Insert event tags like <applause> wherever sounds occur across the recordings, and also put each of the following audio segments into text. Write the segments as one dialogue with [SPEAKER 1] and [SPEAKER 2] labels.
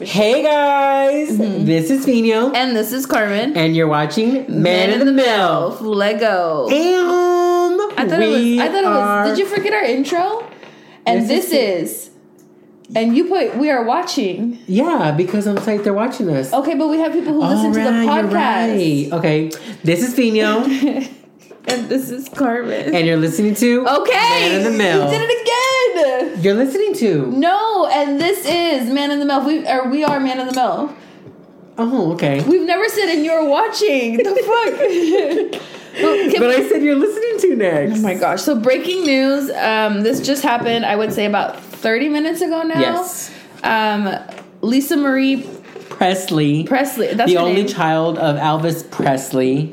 [SPEAKER 1] Hey guys,
[SPEAKER 2] Mm-hmm.
[SPEAKER 1] this is Fino, and,
[SPEAKER 2] And this is Carmen.
[SPEAKER 1] you're watching Man, in the, Mill.
[SPEAKER 2] Lego.
[SPEAKER 1] And
[SPEAKER 2] I thought
[SPEAKER 1] we
[SPEAKER 2] it was. I thought
[SPEAKER 1] are-
[SPEAKER 2] it was. Did you forget our intro? And
[SPEAKER 1] This
[SPEAKER 2] this, is, And you put we are watching.
[SPEAKER 1] Yeah, because I'm like they're watching us.
[SPEAKER 2] Okay, but we have people who Oh, listen to the
[SPEAKER 1] Alright,
[SPEAKER 2] podcast.
[SPEAKER 1] you're right. Okay, this is
[SPEAKER 2] <laughs>
[SPEAKER 1] Fino,
[SPEAKER 2] and this is Carmen.
[SPEAKER 1] and you're listening to
[SPEAKER 2] okay.
[SPEAKER 1] Man in the
[SPEAKER 2] You
[SPEAKER 1] Mill.
[SPEAKER 2] did it again.
[SPEAKER 1] You're listening to.
[SPEAKER 2] No, and this is Man in the Mill. We or we are Man in the Mill.
[SPEAKER 1] Oh, okay.
[SPEAKER 2] We've never said and you're watching. The fuck. <laughs> Well, can
[SPEAKER 1] But
[SPEAKER 2] we-
[SPEAKER 1] I said you're listening to next.
[SPEAKER 2] Oh my gosh. So breaking news. Um, this just happened, I would say about 30 minutes ago now.
[SPEAKER 1] Yes,
[SPEAKER 2] Um, Lisa Marie
[SPEAKER 1] Presley,
[SPEAKER 2] Presley. That's
[SPEAKER 1] the
[SPEAKER 2] her
[SPEAKER 1] only
[SPEAKER 2] name.
[SPEAKER 1] child of Elvis Presley,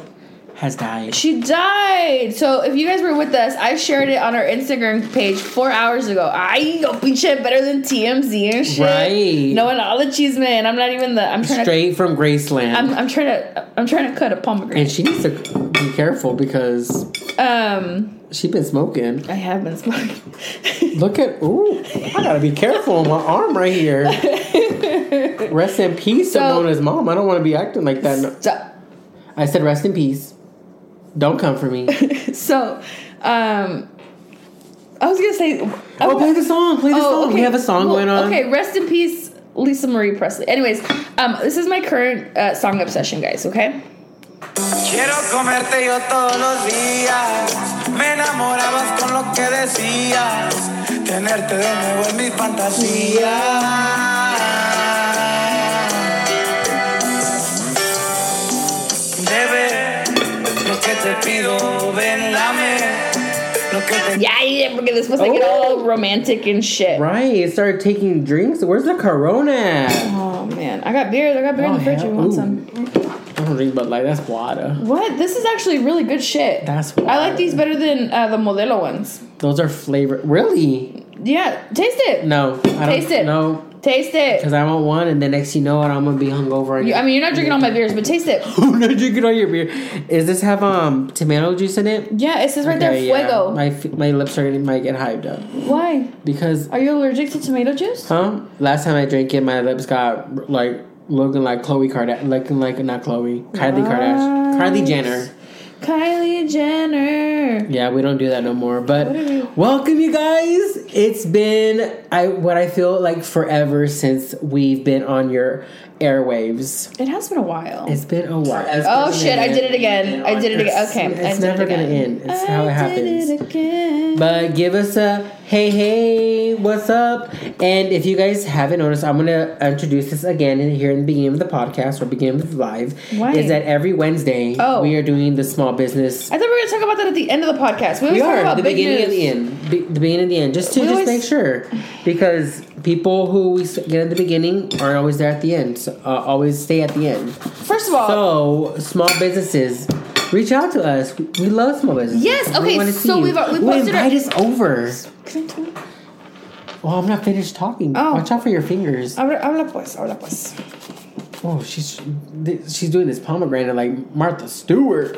[SPEAKER 1] has died.
[SPEAKER 2] She died. So if you guys were with us, I shared it on our Instagram page four hours ago. I go shit better than TMZ and shit.
[SPEAKER 1] Right.
[SPEAKER 2] Knowing all the cheese man. I'm not even the I'm trying
[SPEAKER 1] Straight from Graceland.
[SPEAKER 2] to I'm, I'm trying to I'm trying to cut a pomegranate.
[SPEAKER 1] And she needs to be careful because
[SPEAKER 2] Um
[SPEAKER 1] she been smoking.
[SPEAKER 2] I have been smoking.
[SPEAKER 1] Look at ooh, I gotta be careful on my arm
[SPEAKER 2] <laughs>
[SPEAKER 1] right here. Rest in peace,
[SPEAKER 2] So-
[SPEAKER 1] Simona's mom. I don't want to be acting like that. No-
[SPEAKER 2] <laughs> so,
[SPEAKER 1] I said rest in peace. Don't come for
[SPEAKER 2] <laughs>
[SPEAKER 1] me.
[SPEAKER 2] so um I was gonna say
[SPEAKER 1] Oh, play the song. Play the song. We have a song
[SPEAKER 2] Oh, Well,
[SPEAKER 1] going on.
[SPEAKER 2] Okay, rest in peace, Lisa Marie Presley. Anyways, um, this is my current uh, song obsession, guys. Okay.
[SPEAKER 3] Quiero comerte yo todos los días. Me enamorabas con lo que decías. Tenerte de nuevo en mis fantasías. Debe lo que te pido, ven, lame lo que te
[SPEAKER 2] Yeah, yeah, porque después I get
[SPEAKER 1] Oh.
[SPEAKER 2] all romantic and shit.
[SPEAKER 1] Right. It started taking drinks. Where's the Corona? at?
[SPEAKER 2] Oh man, I got beer. I got beer in
[SPEAKER 1] Oh,
[SPEAKER 2] the fridge.
[SPEAKER 1] hell-
[SPEAKER 2] You want
[SPEAKER 1] ooh.
[SPEAKER 2] some?
[SPEAKER 1] I don't drink Bud Light. That's water.
[SPEAKER 2] What? This is actually really good shit.
[SPEAKER 1] That's
[SPEAKER 2] I like
[SPEAKER 1] wild.
[SPEAKER 2] these better than uh, the Modelo ones.
[SPEAKER 1] Those are flavor. Really?
[SPEAKER 2] Yeah, taste it.
[SPEAKER 1] No. I don't,
[SPEAKER 2] Taste it.
[SPEAKER 1] No.
[SPEAKER 2] Taste it.
[SPEAKER 1] Because I want one, and the next you know it, I'm gonna be hungover again.
[SPEAKER 2] You- I mean, you're not drinking all my beers, but taste it.
[SPEAKER 1] <laughs> I'm not drinking all your beer. Is this have um tomato juice in it?
[SPEAKER 2] Yeah, it says right
[SPEAKER 1] Okay,
[SPEAKER 2] there,
[SPEAKER 1] yeah.
[SPEAKER 2] fuego.
[SPEAKER 1] My f- my lips are gonna might get hyped up
[SPEAKER 2] Why?
[SPEAKER 1] because
[SPEAKER 2] Are you allergic to tomato juice?
[SPEAKER 1] huh? Last time I drank it, my lips got like looking like Chloe Kardashian, looking like not Chloe, Kylie Kardashian, Kylie Jenner.
[SPEAKER 2] Kylie Jenner.
[SPEAKER 1] Yeah, we don't do that no more. But
[SPEAKER 2] What are we-
[SPEAKER 1] welcome, you guys. It's been I what I feel like forever since we've been on your airwaves.
[SPEAKER 2] It has been a while.
[SPEAKER 1] It's been a while.
[SPEAKER 2] Oh shit! I did it again. I did it again. Okay, I
[SPEAKER 1] It's
[SPEAKER 2] did
[SPEAKER 1] never
[SPEAKER 2] it
[SPEAKER 1] gonna
[SPEAKER 2] again.
[SPEAKER 1] end. It's how it happens.
[SPEAKER 2] I did it again.
[SPEAKER 1] But give us a hey, hey, what's up? And if you guys haven't noticed, I'm gonna introduce this again in here in the beginning of the podcast or beginning of the live.
[SPEAKER 2] Why?
[SPEAKER 1] Is that every Wednesday
[SPEAKER 2] Oh.
[SPEAKER 1] we are doing the small business?
[SPEAKER 2] I thought we were gonna talk about that at the end of the podcast. We always
[SPEAKER 1] We
[SPEAKER 2] talk
[SPEAKER 1] are
[SPEAKER 2] about
[SPEAKER 1] the
[SPEAKER 2] big
[SPEAKER 1] beginning
[SPEAKER 2] news.
[SPEAKER 1] of the end, be, the beginning of the end, just to
[SPEAKER 2] We
[SPEAKER 1] just
[SPEAKER 2] always-
[SPEAKER 1] make sure because people who we s- get at the beginning aren't always there at the end. So, uh, always stay at the end.
[SPEAKER 2] First of all,
[SPEAKER 1] So small businesses. Reach out to us. We love small businesses.
[SPEAKER 2] Yes,
[SPEAKER 1] We
[SPEAKER 2] okay,
[SPEAKER 1] wanna see
[SPEAKER 2] so
[SPEAKER 1] you.
[SPEAKER 2] we've- we
[SPEAKER 1] Ooh,
[SPEAKER 2] posted our-
[SPEAKER 1] invite us over.
[SPEAKER 2] Can I talk?
[SPEAKER 1] Oh, I'm not finished talking.
[SPEAKER 2] Oh.
[SPEAKER 1] Watch out for your fingers.
[SPEAKER 2] Habla- habla pues, habla pues.
[SPEAKER 1] Oh, she's th- she's doing this pomegranate like Martha Stewart.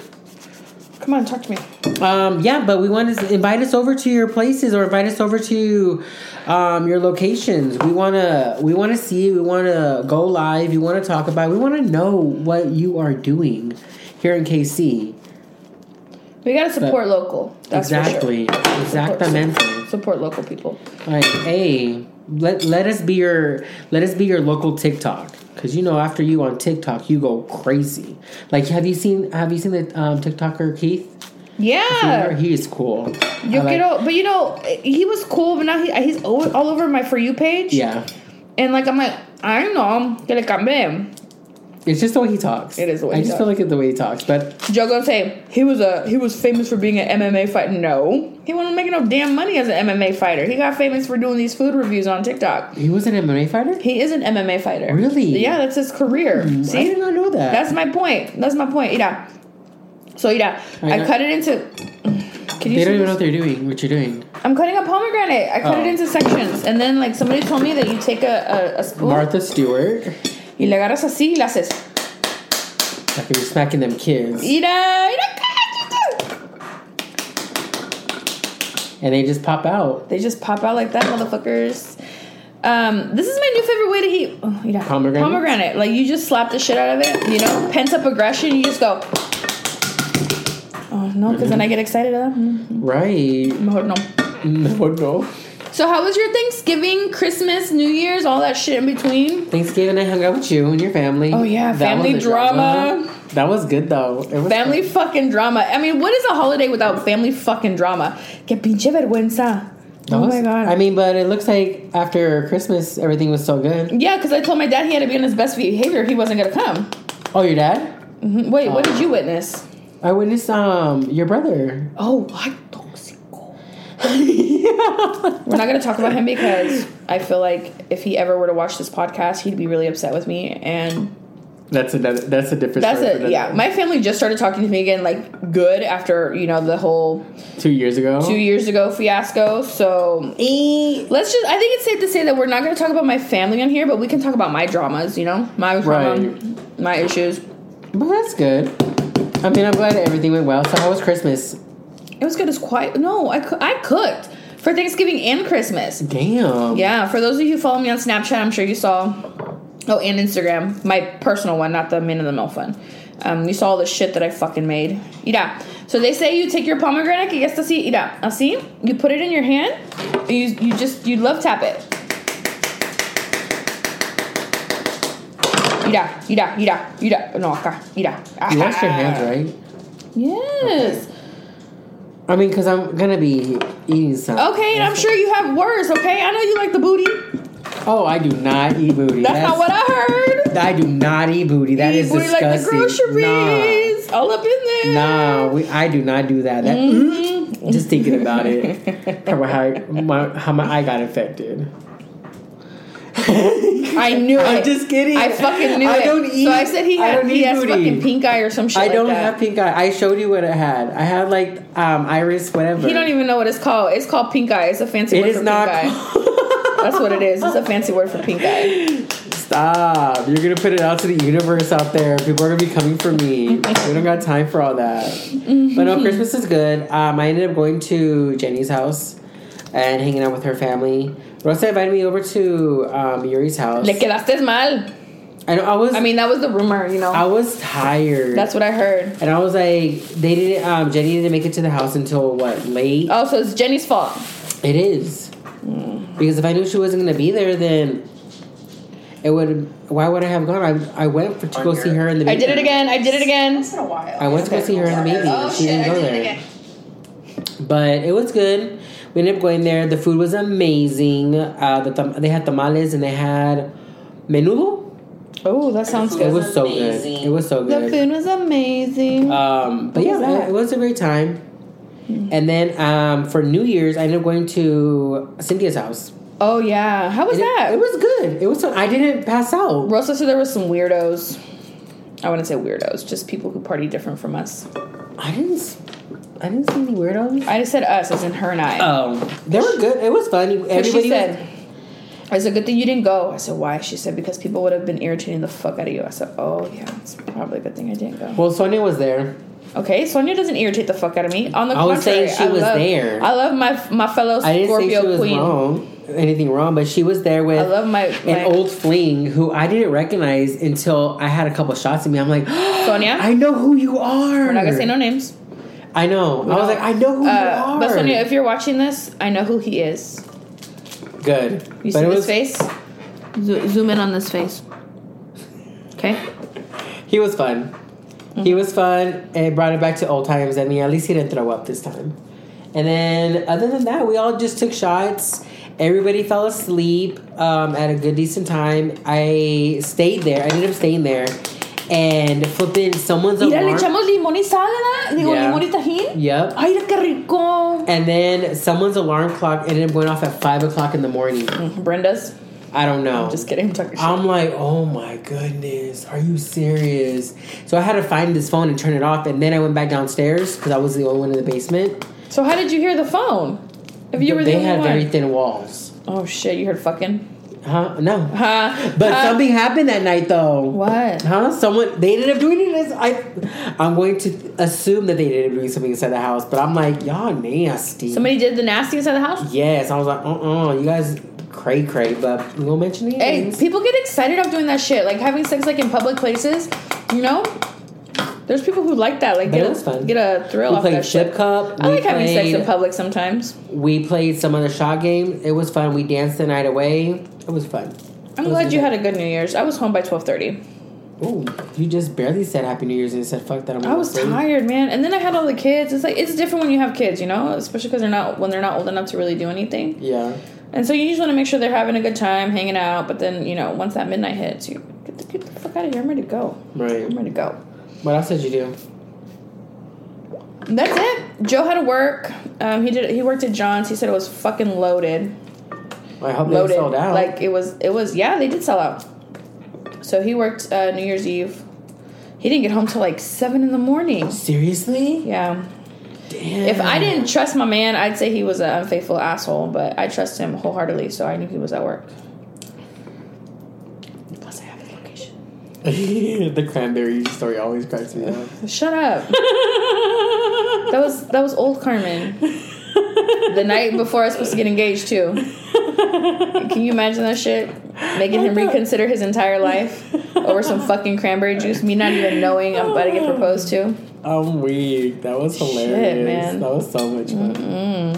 [SPEAKER 2] Come on, talk to me.
[SPEAKER 1] Um, yeah, but we want to invite us over to your places or invite us over to um, your locations. We wanna we want to see. it. We want to go live. We want to talk about. it. We want to know what you are doing here in KC.
[SPEAKER 2] We gotta support local. That's
[SPEAKER 1] exactly.
[SPEAKER 2] For sure.
[SPEAKER 1] Exactamente.
[SPEAKER 2] Support, support local people.
[SPEAKER 1] Like, hey, let let us be your let us be your local TikTok. Cause you know, after you on TikTok, you go crazy. Like, have you seen have you seen the um, TikToker Keith?
[SPEAKER 2] Yeah.
[SPEAKER 1] He is cool.
[SPEAKER 2] Yo
[SPEAKER 1] I like-
[SPEAKER 2] quiero, but you know, he was cool, but now he, he's all all over my for you page.
[SPEAKER 1] yeah,
[SPEAKER 2] And like I'm like, I know, que le cambié.
[SPEAKER 1] it's just the way he talks.
[SPEAKER 2] It is the way
[SPEAKER 1] I
[SPEAKER 2] he
[SPEAKER 1] just feel like it's the way he talks. But
[SPEAKER 2] Joe gonna say he was a he was famous for being an MMA fighter. No, he wasn't making no damn money as an MMA fighter. He got famous for doing these food reviews on TikTok.
[SPEAKER 1] he was an MMA fighter.
[SPEAKER 2] He is an MMA fighter.
[SPEAKER 1] Really? Hmm,
[SPEAKER 2] Yeah, that's his career.
[SPEAKER 1] I did
[SPEAKER 2] See,
[SPEAKER 1] not know that.
[SPEAKER 2] that's my point. That's my point. Ira. So Ira,
[SPEAKER 1] I
[SPEAKER 2] I,
[SPEAKER 1] got-
[SPEAKER 2] cut it into. Can you?
[SPEAKER 1] Oh,
[SPEAKER 2] see
[SPEAKER 1] they don't even know what
[SPEAKER 2] this?
[SPEAKER 1] they're doing. What you're doing,
[SPEAKER 2] I'm cutting a pomegranate. I cut
[SPEAKER 1] Oh.
[SPEAKER 2] it into sections, and then like somebody told me that you take a, a, a spoon
[SPEAKER 1] Martha Stewart.
[SPEAKER 2] y le agarras así y le haces.
[SPEAKER 1] Like you're smacking them kids,
[SPEAKER 2] Ira, Ira, cállate.
[SPEAKER 1] and they just pop out.
[SPEAKER 2] They just pop out like that, motherfuckers. Um, this is my new favorite way to eat. Oh, yeah.
[SPEAKER 1] Pomegranate?
[SPEAKER 2] Pomegranate. Like you just slap the shit out of it. You know, pent up aggression. You just go. Oh no, because then I get excited. Uh, mm,
[SPEAKER 1] Right.
[SPEAKER 2] no, <laughs> no.
[SPEAKER 1] No, no.
[SPEAKER 2] So how was your Thanksgiving, Christmas, New Year's, all that shit in between?
[SPEAKER 1] Thanksgiving, I hung out with you and your family.
[SPEAKER 2] Oh, yeah,
[SPEAKER 1] That
[SPEAKER 2] family
[SPEAKER 1] was a
[SPEAKER 2] drama.
[SPEAKER 1] That was good though. It was
[SPEAKER 2] Family fucking drama. I mean, what is a holiday without family fucking drama? Que pinche vergüenza.
[SPEAKER 1] that
[SPEAKER 2] Oh
[SPEAKER 1] was-
[SPEAKER 2] my god.
[SPEAKER 1] I mean, but it looks like after Christmas, everything was so good.
[SPEAKER 2] yeah, because I told my dad he had to be on his best behavior. He wasn't gonna come.
[SPEAKER 1] Oh, your dad?
[SPEAKER 2] Mhm. Wait, what
[SPEAKER 1] Oh.
[SPEAKER 2] did you witness?
[SPEAKER 1] I witnessed um your brother. <laughs>
[SPEAKER 2] Oh, I toxico. We're not gonna talk about him because I feel like if he ever were to watch this podcast, he'd be really upset with me. And
[SPEAKER 1] That's another. That's a different.
[SPEAKER 2] that's
[SPEAKER 1] story for
[SPEAKER 2] it.
[SPEAKER 1] another-
[SPEAKER 2] Yeah, my family just started talking to me again, like good after you know the whole
[SPEAKER 1] Two years ago.
[SPEAKER 2] two years ago fiasco. So
[SPEAKER 1] years.
[SPEAKER 2] let's just i think it's safe to say that we're not going to talk about my family on here but we can talk about my dramas you know my drama my issues
[SPEAKER 1] But that's good. I mean, I'm glad everything went well. So how was Christmas?
[SPEAKER 2] it was good as quiet no I, coo- I cooked for thanksgiving and christmas
[SPEAKER 1] Damn.
[SPEAKER 2] yeah for those of you who follow me on snapchat i'm sure you saw oh and instagram my personal one not the man in the milk one um, you saw all the shit that I fucking made. Ira. So they say you take your pomegranate, que ya está así, ira, así. You put it in your hand. and You you just you love tap it. Ira, ira, ira, ira. No, acá, ira.
[SPEAKER 1] You washed
[SPEAKER 2] <laughs>
[SPEAKER 1] your hands, right?
[SPEAKER 2] ah. Yes.
[SPEAKER 1] I mean, because I'm gonna be eating some.
[SPEAKER 2] Okay, and I'm sure you have worse, okay? I know you like the booty.
[SPEAKER 1] Oh, I do not eat booty.
[SPEAKER 2] That's not what I heard.
[SPEAKER 1] I do not eat booty. That
[SPEAKER 2] You
[SPEAKER 1] is
[SPEAKER 2] booty like the
[SPEAKER 1] disgusting.
[SPEAKER 2] groceries. All up in there.
[SPEAKER 1] Nah, nah we, I do not do that. that
[SPEAKER 2] Mm-hmm.
[SPEAKER 1] Just thinking about it, how my, my- how my eye got infected.
[SPEAKER 2] I knew it.
[SPEAKER 1] I'm just kidding.
[SPEAKER 2] I fucking knew
[SPEAKER 1] I
[SPEAKER 2] it.
[SPEAKER 1] don't eat-
[SPEAKER 2] So I said he
[SPEAKER 1] I
[SPEAKER 2] had
[SPEAKER 1] don't
[SPEAKER 2] he
[SPEAKER 1] eat
[SPEAKER 2] has
[SPEAKER 1] booty.
[SPEAKER 2] fucking pink eye or some shit.
[SPEAKER 1] I
[SPEAKER 2] like
[SPEAKER 1] don't
[SPEAKER 2] that.
[SPEAKER 1] have pink eye. I showed you what I had. I had like um iris, whatever.
[SPEAKER 2] He don't even know what it's called. It's called pink eye. It's a fancy
[SPEAKER 1] It
[SPEAKER 2] word
[SPEAKER 1] is
[SPEAKER 2] for
[SPEAKER 1] not.
[SPEAKER 2] pink eye.
[SPEAKER 1] <laughs>
[SPEAKER 2] That's what it is. It's a fancy word for pink eye.
[SPEAKER 1] Stop. You're gonna put it out to the universe out there. People are gonna be coming for me. we don't got time for all that. But no, Christmas is good. Um, I ended up going to Jenny's house and hanging out with her family. Rosa invited me over to um, Yuri's house.
[SPEAKER 2] Le quedaste mal.
[SPEAKER 1] and I was,
[SPEAKER 2] uh, I mean, that was the rumor, you know.
[SPEAKER 1] I was tired.
[SPEAKER 2] That's what I heard.
[SPEAKER 1] and I was like, they didn't. Um, Jenny didn't make it to the house until what late?
[SPEAKER 2] Oh, so it's Jenny's fault.
[SPEAKER 1] It is. Because if I knew she wasn't going to be there, then it would. Why would I have gone? I, I went for, to go see her in the.
[SPEAKER 2] I did it
[SPEAKER 1] baby.
[SPEAKER 2] again. I did it again.
[SPEAKER 4] It's been a while.
[SPEAKER 1] I went to go see her in the baby. and she Oh, didn't go there. But it was good. We ended up going there. The food was amazing. Uh, the tam- they had tamales and they had menudo.
[SPEAKER 2] Oh, that sounds
[SPEAKER 1] It
[SPEAKER 2] good.
[SPEAKER 1] was so
[SPEAKER 4] amazing.
[SPEAKER 1] good. It was so
[SPEAKER 2] The
[SPEAKER 1] good.
[SPEAKER 2] food was amazing.
[SPEAKER 1] Um, but yeah,
[SPEAKER 2] was that? Hmm.
[SPEAKER 1] it, it was a great time. And then um, for New Year's, I ended up going to Cynthia's house.
[SPEAKER 2] oh yeah, how was
[SPEAKER 1] And it-
[SPEAKER 2] that?
[SPEAKER 1] It, was good. It was. Fun. I didn't pass out.
[SPEAKER 2] Rosa said there was some weirdos. I wouldn't say weirdos, just people who party different from us.
[SPEAKER 1] I didn't. s- I didn't see any weirdos.
[SPEAKER 2] I just said us, as in her and I.
[SPEAKER 1] Um, they were good. It was funny.
[SPEAKER 2] And
[SPEAKER 1] Everybody
[SPEAKER 2] she
[SPEAKER 1] was-
[SPEAKER 2] said, I said, good thing you didn't go. I said, why? She said, because people would have been irritating the fuck out of you. I said, oh, yeah, it's probably a good thing I didn't go.
[SPEAKER 1] well, Sonia was there.
[SPEAKER 2] Okay, Sonia doesn't irritate the fuck out of me. On the
[SPEAKER 1] I was
[SPEAKER 2] contrary,
[SPEAKER 1] saying she
[SPEAKER 2] I
[SPEAKER 1] was
[SPEAKER 2] love,
[SPEAKER 1] there.
[SPEAKER 2] I love my my fellow
[SPEAKER 1] I didn't
[SPEAKER 2] Scorpio
[SPEAKER 1] say she was
[SPEAKER 2] queen.
[SPEAKER 1] wrong, anything wrong, but she was there with
[SPEAKER 2] I love my,
[SPEAKER 1] an
[SPEAKER 2] my
[SPEAKER 1] old fling who I didn't recognize until I had a couple shots in me. I'm like, <gasps>
[SPEAKER 2] Sonia.
[SPEAKER 1] I know who you are.
[SPEAKER 2] we're not gonna say no names.
[SPEAKER 1] I know. I was
[SPEAKER 2] don't-
[SPEAKER 1] like, I know who you
[SPEAKER 2] Uh,
[SPEAKER 1] are.
[SPEAKER 2] but Sonia, if you're watching this, I know who he is.
[SPEAKER 1] good.
[SPEAKER 2] You
[SPEAKER 1] but
[SPEAKER 2] see
[SPEAKER 1] it
[SPEAKER 2] this
[SPEAKER 1] was,
[SPEAKER 2] face? Zo- zoom in on this face. Okay.
[SPEAKER 1] He was fun. He was fun. It brought it back to old times. I mean, at least he didn't throw up this time. And then, other than that, we all just took shots. Everybody fell asleep um, at a good, decent time. I stayed there. I ended up staying there. And flipping someone's
[SPEAKER 2] Mira, le
[SPEAKER 1] alarm.
[SPEAKER 2] echamos limón y sal, ¿verdad? Digo,
[SPEAKER 1] Yeah.
[SPEAKER 2] limón y tajín.
[SPEAKER 1] Yep.
[SPEAKER 2] Ay, qué rico.
[SPEAKER 1] And then someone's alarm clock ended up going off at 5 o'clock in the morning.
[SPEAKER 2] Brenda's.
[SPEAKER 1] I don't know.
[SPEAKER 2] Just kidding. Mm. I'm talking shit.
[SPEAKER 1] I'm like, oh my goodness, are you serious? So I had to find this phone and turn it off, and then I went back downstairs because I was the only one in the basement.
[SPEAKER 2] so how did you hear the phone? If you were
[SPEAKER 1] they
[SPEAKER 2] the
[SPEAKER 1] had
[SPEAKER 2] only
[SPEAKER 1] very
[SPEAKER 2] one.
[SPEAKER 1] thin walls.
[SPEAKER 2] Oh shit! You heard fucking.
[SPEAKER 1] Huh? No.
[SPEAKER 2] Huh?
[SPEAKER 1] But
[SPEAKER 2] Huh?
[SPEAKER 1] something happened that night, though.
[SPEAKER 2] What?
[SPEAKER 1] Huh? Someone they ended up doing this. I, I'm going to assume that they ended up doing something inside the house, but I'm like, y'all nasty.
[SPEAKER 2] Somebody did the nasty inside the house.
[SPEAKER 1] Yes, I was like, uh, uh you guys cray cray, but we'll mention it.
[SPEAKER 2] Hey, people get excited off doing that shit. Like having sex like in public places, you know? There's people who like that. Like
[SPEAKER 1] But
[SPEAKER 2] get
[SPEAKER 1] it
[SPEAKER 2] a,
[SPEAKER 1] was fun.
[SPEAKER 2] get a thrill
[SPEAKER 1] we
[SPEAKER 2] off that
[SPEAKER 1] played
[SPEAKER 2] shit.
[SPEAKER 1] Chip Cup.
[SPEAKER 2] I
[SPEAKER 1] we
[SPEAKER 2] like having sex in
[SPEAKER 1] played-
[SPEAKER 2] public sometimes.
[SPEAKER 1] We played some other shot game. It was fun. We danced the night away. It was fun.
[SPEAKER 2] I'm glad you had a good New Year's. I was home by 12:30.
[SPEAKER 1] Ooh, you just barely said Happy New Year's and said fuck that. I'm
[SPEAKER 2] I was
[SPEAKER 1] gonna sleep."
[SPEAKER 2] tired, man. And then I had all the kids. It's like it's different when you have kids, you know, especially because they're not when they're not old enough to really do anything.
[SPEAKER 1] Yeah.
[SPEAKER 2] And so you usually want to make sure they're having a good time, hanging out. But then you know, once that midnight hits, you get the, get the fuck out of here. I'm ready to go.
[SPEAKER 1] Right.
[SPEAKER 2] I'm ready to go.
[SPEAKER 1] What else did you do?
[SPEAKER 2] That's it. Joe had to work. Um, he did. He worked at John's. He said it was fucking loaded.
[SPEAKER 1] I hope
[SPEAKER 2] Loaded.
[SPEAKER 1] they sold out.
[SPEAKER 2] Like it was. It was. Yeah, they did sell out. So he worked uh, New Year's Eve. He didn't get home till like seven in the morning.
[SPEAKER 1] seriously?
[SPEAKER 2] Yeah.
[SPEAKER 1] Damn.
[SPEAKER 2] If I didn't trust my man, I'd say he was an unfaithful asshole. But I trust him wholeheartedly, so I knew he was at work. Plus, I have his location.
[SPEAKER 1] <laughs> the cranberry story always cracks me up.
[SPEAKER 2] Shut up. that was that was old Carmen. <laughs> The
[SPEAKER 1] <laughs>
[SPEAKER 2] night before I was supposed to get engaged too. Can you imagine that shit? Making him reconsider his entire life over some fucking cranberry juice, me not even knowing I'm about to get proposed to.
[SPEAKER 1] I'm weak. That was hilarious.
[SPEAKER 2] man.
[SPEAKER 1] That was so much fun.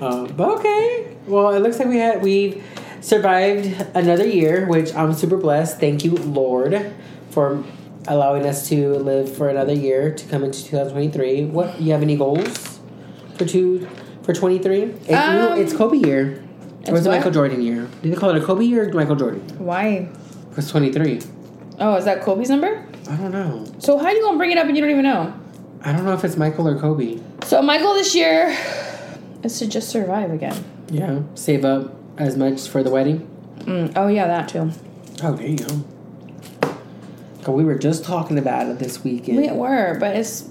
[SPEAKER 1] Um, but okay. Well, it looks like we had we've survived another year, which I'm super blessed. Thank you, Lord, for allowing us to live for another year to come into 2023. What you have any goals for two for 23? It's,
[SPEAKER 2] Um,
[SPEAKER 1] it's Kobe year. Or
[SPEAKER 2] it's
[SPEAKER 1] is it
[SPEAKER 2] what?
[SPEAKER 1] Michael Jordan year? Do they call it a Kobe year or Michael Jordan?
[SPEAKER 2] Why?
[SPEAKER 1] It's 23.
[SPEAKER 2] Oh, is that Kobe's number?
[SPEAKER 1] I don't know.
[SPEAKER 2] So how you gonna bring it up and you don't even know?
[SPEAKER 1] I don't know if it's Michael or Kobe.
[SPEAKER 2] So my goal this year is to just survive again.
[SPEAKER 1] Yeah. Save up as much for the wedding.
[SPEAKER 2] Mm, oh yeah, that too.
[SPEAKER 1] Oh, there you go. God, we were just talking about it this weekend.
[SPEAKER 2] We were, but it's.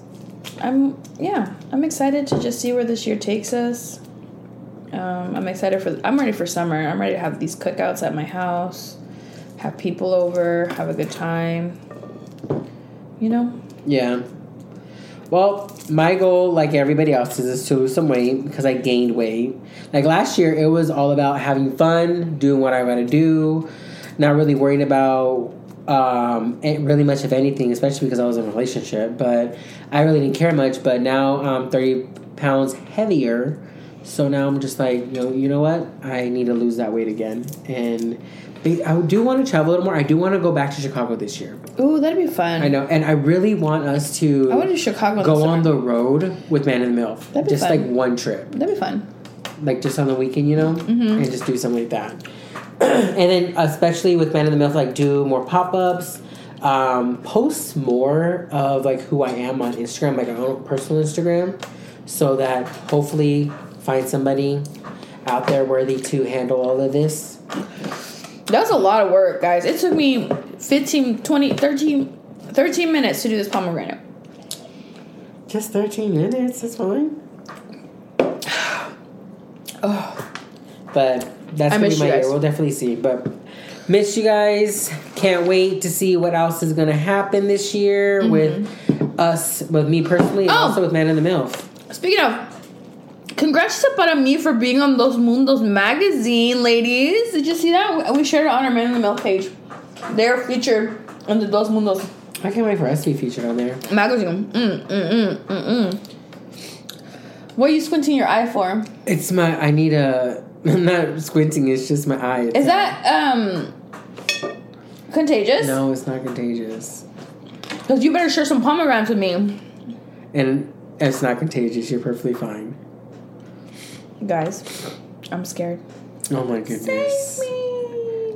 [SPEAKER 2] I'm yeah. I'm excited to just see where this year takes us. Um, I'm excited for. I'm ready for summer. I'm ready to have these cookouts at my house, have people over, have a good time. You know.
[SPEAKER 1] yeah. Well, my goal, like everybody else's, is to lose some weight because I gained weight. Like last year, it was all about having fun, doing what I want to do, not really worrying about um, eh, really much of anything, especially because I was in a relationship. But I really didn't care much. But now I'm 30 pounds heavier. So now I'm just like, you know, you know what? I need to lose that weight again. And be- I do want to travel a little more. I do want to go back to Chicago this year.
[SPEAKER 2] Ooh, that'd be fun.
[SPEAKER 1] I know, and I really want us to
[SPEAKER 2] I went to Chicago.
[SPEAKER 1] go
[SPEAKER 2] this
[SPEAKER 1] on
[SPEAKER 2] summer.
[SPEAKER 1] the road with Man in the Mill.
[SPEAKER 2] That'd be
[SPEAKER 1] just
[SPEAKER 2] fun.
[SPEAKER 1] like one trip,
[SPEAKER 2] That'd be fun.
[SPEAKER 1] like just on the weekend, you know,
[SPEAKER 2] Mm-hmm.
[SPEAKER 1] and just do something like that. <clears throat> and then, especially with Man in the Mill, like do more pop ups, um, post more of like who I am on Instagram, like my own personal Instagram, so that hopefully find somebody out there worthy to handle all of this.
[SPEAKER 2] That was a lot of work, guys. It took me 15, 20, 13, 13 minutes to do this pomegranate.
[SPEAKER 1] Just thirteen minutes, that's <sighs> fine.
[SPEAKER 2] Oh,
[SPEAKER 1] But that's
[SPEAKER 2] I
[SPEAKER 1] gonna be
[SPEAKER 2] miss
[SPEAKER 1] my
[SPEAKER 2] you
[SPEAKER 1] year.
[SPEAKER 2] guys.
[SPEAKER 1] We'll definitely see. But miss you guys. Can't wait to see what else is gonna happen this year with us, with me personally, and
[SPEAKER 2] Mm-hmm. Oh.
[SPEAKER 1] also with Man in the Milf.
[SPEAKER 2] Speaking of, congrats to para me for being on Los Mundos magazine, ladies. Did you see that? We shared it on our Man in the Milk page. They're featured on the Los Mundos
[SPEAKER 1] I can't wait for us to be featured on there.
[SPEAKER 2] magazine. Mm, mm, mm, mm, mm. What are you squinting your eye for?
[SPEAKER 1] It's my. I need a. <laughs> I'm not squinting. It's just my eye. It's
[SPEAKER 2] Is that um contagious?
[SPEAKER 1] no, it's not contagious,
[SPEAKER 2] Because you better share some pomegranates with me,
[SPEAKER 1] and it's not contagious. You're perfectly fine.
[SPEAKER 2] guys. I'm scared.
[SPEAKER 1] Oh my goodness.
[SPEAKER 2] Me.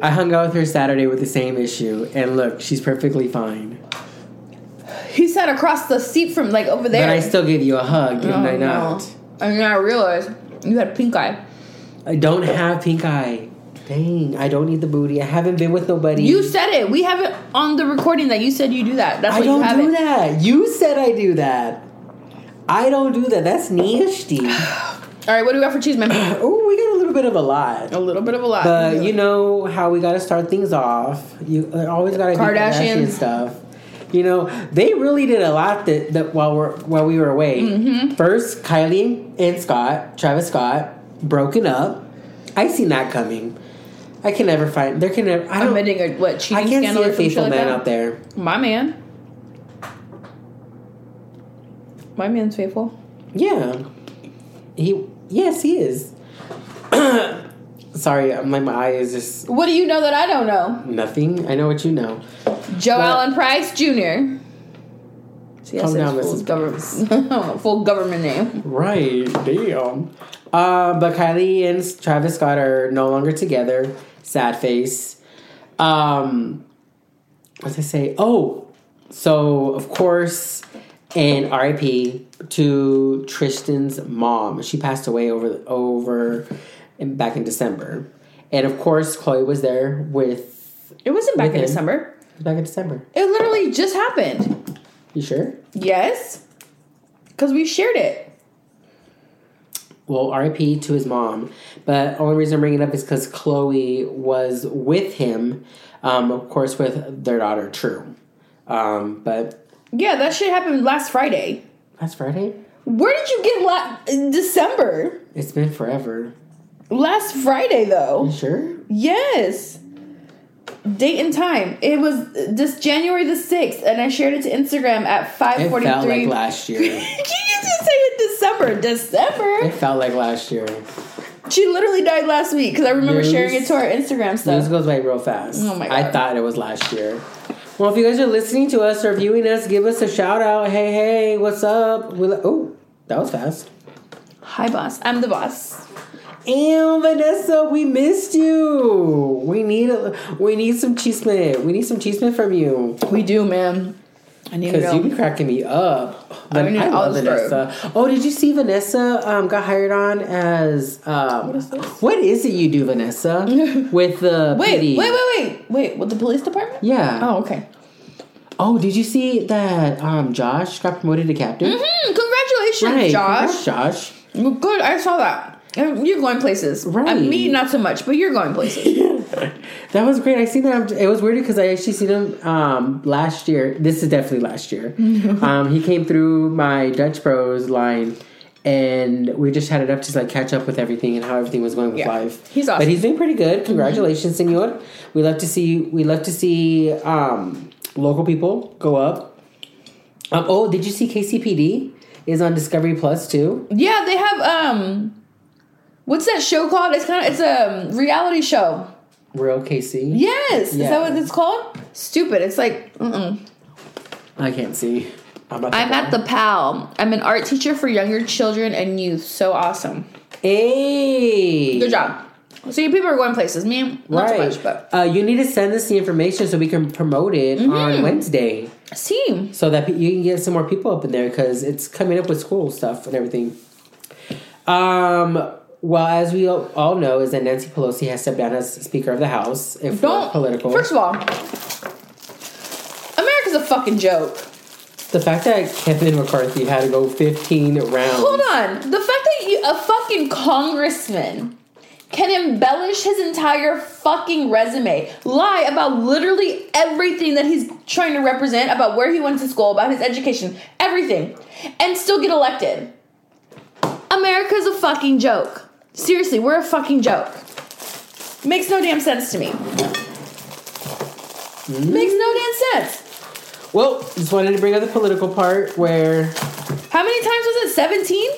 [SPEAKER 1] I hung out with her Saturday with the same issue, and look, she's perfectly fine.
[SPEAKER 2] He sat across the seat from like over there.
[SPEAKER 1] But I still gave you a hug, didn't
[SPEAKER 2] Oh,
[SPEAKER 1] I
[SPEAKER 2] no.
[SPEAKER 1] not?
[SPEAKER 2] And then I realized you had pink eye.
[SPEAKER 1] I don't have pink eye. Dang, I don't need the booty. I haven't been with nobody.
[SPEAKER 2] You said it. We have it on the recording that you said you do that. That's
[SPEAKER 1] I
[SPEAKER 2] what you
[SPEAKER 1] don't
[SPEAKER 2] have
[SPEAKER 1] do
[SPEAKER 2] it.
[SPEAKER 1] that. You said I do that. I don't do that. That's
[SPEAKER 2] <sighs>
[SPEAKER 1] nasty.
[SPEAKER 2] All right, what do we got for cheese,
[SPEAKER 1] <clears throat>
[SPEAKER 2] man?
[SPEAKER 1] oh, we got a little bit of a lot.
[SPEAKER 2] a little bit of a lot.
[SPEAKER 1] But you know how we got to start things off. You I always got to do
[SPEAKER 2] Kardashian.
[SPEAKER 1] Kardashian stuff. You know they really did a lot that, that while we're while we were away.
[SPEAKER 2] Mm-hmm.
[SPEAKER 1] First, Kylie and Scott, Travis Scott, broken up. I seen that coming. I can never find. There can never. I don't.
[SPEAKER 2] Admitting a what cheating
[SPEAKER 1] I can't
[SPEAKER 2] scandal
[SPEAKER 1] see
[SPEAKER 2] or
[SPEAKER 1] a
[SPEAKER 2] some shit
[SPEAKER 1] faithful
[SPEAKER 2] like
[SPEAKER 1] man
[SPEAKER 2] that?
[SPEAKER 1] out there.
[SPEAKER 2] My man. My man's faithful.
[SPEAKER 1] Yeah. He. Yes, he is. <coughs> Sorry, my, my eye is just
[SPEAKER 2] What do you know that I don't know?
[SPEAKER 1] nothing. I know what you know.
[SPEAKER 2] Joe
[SPEAKER 1] Well-
[SPEAKER 2] Allen Price Jr. See, I
[SPEAKER 1] Calm
[SPEAKER 2] said
[SPEAKER 1] down,
[SPEAKER 2] his
[SPEAKER 1] Mrs.
[SPEAKER 2] full, government, <laughs> full government name.
[SPEAKER 1] Right, damn. Uh, but Kylie and Travis Scott are no longer together. Sad face. Um, what did I say? Oh, so of course, and RIP to Tristan's mom. She passed away over over in, back in December, and of course, Chloe was there with
[SPEAKER 2] It wasn't back in
[SPEAKER 1] Okay.
[SPEAKER 2] December.
[SPEAKER 1] back in December.
[SPEAKER 2] It literally just happened.
[SPEAKER 1] You sure?
[SPEAKER 2] Yes, because we shared it.
[SPEAKER 1] well, RIP to his mom. But only reason I'm bringing it up is because Chloe was with him, um, of course, with their daughter True. Um, but
[SPEAKER 2] Yeah, that shit happened last Friday.
[SPEAKER 1] last Friday,
[SPEAKER 2] Where did you get la- in December?
[SPEAKER 1] it's been forever.
[SPEAKER 2] Last Friday
[SPEAKER 1] You
[SPEAKER 2] though.
[SPEAKER 1] sure?
[SPEAKER 2] Yes. Date and time. It was this January the sixth, and I shared it to Instagram at five
[SPEAKER 1] It
[SPEAKER 2] forty
[SPEAKER 1] felt like
[SPEAKER 2] three. <laughs>
[SPEAKER 1] last
[SPEAKER 2] you
[SPEAKER 1] year.
[SPEAKER 2] just say in December.
[SPEAKER 1] It
[SPEAKER 2] December.
[SPEAKER 1] felt like last year.
[SPEAKER 2] She literally died last week because I remember
[SPEAKER 1] News.
[SPEAKER 2] sharing it to our Instagram
[SPEAKER 1] This
[SPEAKER 2] stuff.
[SPEAKER 1] goes by real fast.
[SPEAKER 2] Oh my
[SPEAKER 1] I
[SPEAKER 2] God.
[SPEAKER 1] thought it was last year. Well, if you guys are listening to us or viewing us, give us a shout out. Hey, hey, what's up? We li- oh, that was fast.
[SPEAKER 2] Hi, boss. I'm the boss.
[SPEAKER 1] Ew, Vanessa, we missed you. We need a, we need some chisme. We need some chisme from you
[SPEAKER 2] We do, ma'am. I need to
[SPEAKER 1] because
[SPEAKER 2] know.
[SPEAKER 1] you be cracking me up.
[SPEAKER 2] I mean, I'll
[SPEAKER 1] love
[SPEAKER 2] just
[SPEAKER 1] Vanessa. Oh, did you see Vanessa um, got hired on as um,
[SPEAKER 2] is this?
[SPEAKER 1] what is it you
[SPEAKER 2] <laughs>
[SPEAKER 1] do, Vanessa? with the
[SPEAKER 2] wait,
[SPEAKER 1] PD.
[SPEAKER 2] wait, wait, wait, wait. With the police department?
[SPEAKER 1] Yeah.
[SPEAKER 2] Oh, okay.
[SPEAKER 1] Oh, did you see that um, Josh got promoted to captain?
[SPEAKER 2] Hmm, congratulations,
[SPEAKER 1] Right,
[SPEAKER 2] Josh.
[SPEAKER 1] congrats, Josh.
[SPEAKER 2] Well, Good. I saw that. Um, You're going places.
[SPEAKER 1] Right.
[SPEAKER 2] Uh, me, not so much, but you're going places.
[SPEAKER 1] <laughs> That was great. I seen that. It was weird because I actually seen him um, last year. This is definitely
[SPEAKER 2] <laughs>
[SPEAKER 1] last year. um, he came through my Dutch Bros line, and we just had it up to like catch up with everything and how everything was going with
[SPEAKER 2] Yeah.
[SPEAKER 1] life.
[SPEAKER 2] He's awesome. Mm-hmm.
[SPEAKER 1] but he's doing pretty good. Congratulations, Senor. We love to see. We love to see um, local people go up. Um, oh, did you see KCPD is on Discovery Plus too?
[SPEAKER 2] yeah, they have um, what's that show called? It's kind of it's a um, reality show.
[SPEAKER 1] Real KC.
[SPEAKER 2] Yes. Is
[SPEAKER 1] Yeah.
[SPEAKER 2] that what it's called? Stupid. It's like mm-mm.
[SPEAKER 1] I can't see. I'm at the
[SPEAKER 2] I'm at the PAL. I'm an art teacher for younger children and youth. So awesome.
[SPEAKER 1] hey.
[SPEAKER 2] Good job. So you people are going places. Me, not so much, but Mm-hmm.
[SPEAKER 1] uh, you need to send us the information so we can promote it on Wednesday,
[SPEAKER 2] see.
[SPEAKER 1] so that pe- you can get some more people up in there because it's coming up with school stuff and everything. Um. Well, as we all- all know, is that Nancy Pelosi has stepped down as Speaker of the House. If we're
[SPEAKER 2] Don't
[SPEAKER 1] political,
[SPEAKER 2] First of all, America's a fucking joke.
[SPEAKER 1] the fact that Kevin McCarthy had to go 15 rounds.
[SPEAKER 2] Hold on. The fact that you, a fucking congressman can embellish his entire fucking resume, lie about literally everything that he's trying to represent, about where he went to school, about his education, everything, and still get elected. America's a fucking joke. Seriously, we're a fucking joke. Makes no damn sense to me. Makes no damn sense.
[SPEAKER 1] Well, just wanted to bring up the political part where
[SPEAKER 2] How many times was it? 17?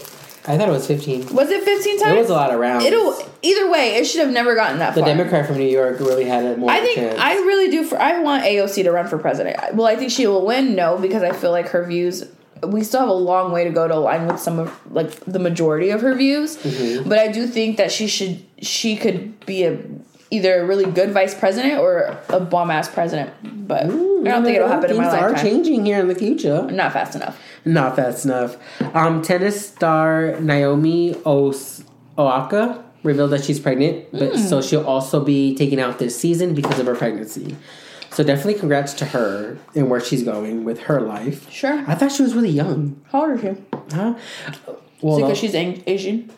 [SPEAKER 1] I thought it was 15.
[SPEAKER 2] Was it 15 times?
[SPEAKER 1] It was a lot of rounds.
[SPEAKER 2] It'll either way, it should have never gotten that
[SPEAKER 1] the
[SPEAKER 2] far.
[SPEAKER 1] Democrat from New York really had it more.
[SPEAKER 2] I
[SPEAKER 1] of a
[SPEAKER 2] think
[SPEAKER 1] chance.
[SPEAKER 2] I really do. For I want AOC to run for president. I- Well, I think she will win. No, because I feel like her views. We still have a long way to go to align with some of like the majority of her views,
[SPEAKER 1] Mm-hmm.
[SPEAKER 2] but I do think that she should. She could be a either a really good vice president or a bomb ass president. But I don't think it'll happen in my
[SPEAKER 1] Hmm, Things
[SPEAKER 2] lifetime.
[SPEAKER 1] are changing here in the future.
[SPEAKER 2] Not fast enough.
[SPEAKER 1] Not fast enough. Um, tennis star Naomi Os- Oaka revealed that she's pregnant, but so she'll also be taking out this season because of her pregnancy. So definitely congrats to her and where she's going with her life.
[SPEAKER 2] Sure.
[SPEAKER 1] I thought she was really young.
[SPEAKER 2] How old is she? Is
[SPEAKER 1] Huh? Well,
[SPEAKER 2] because she's ang- Asian?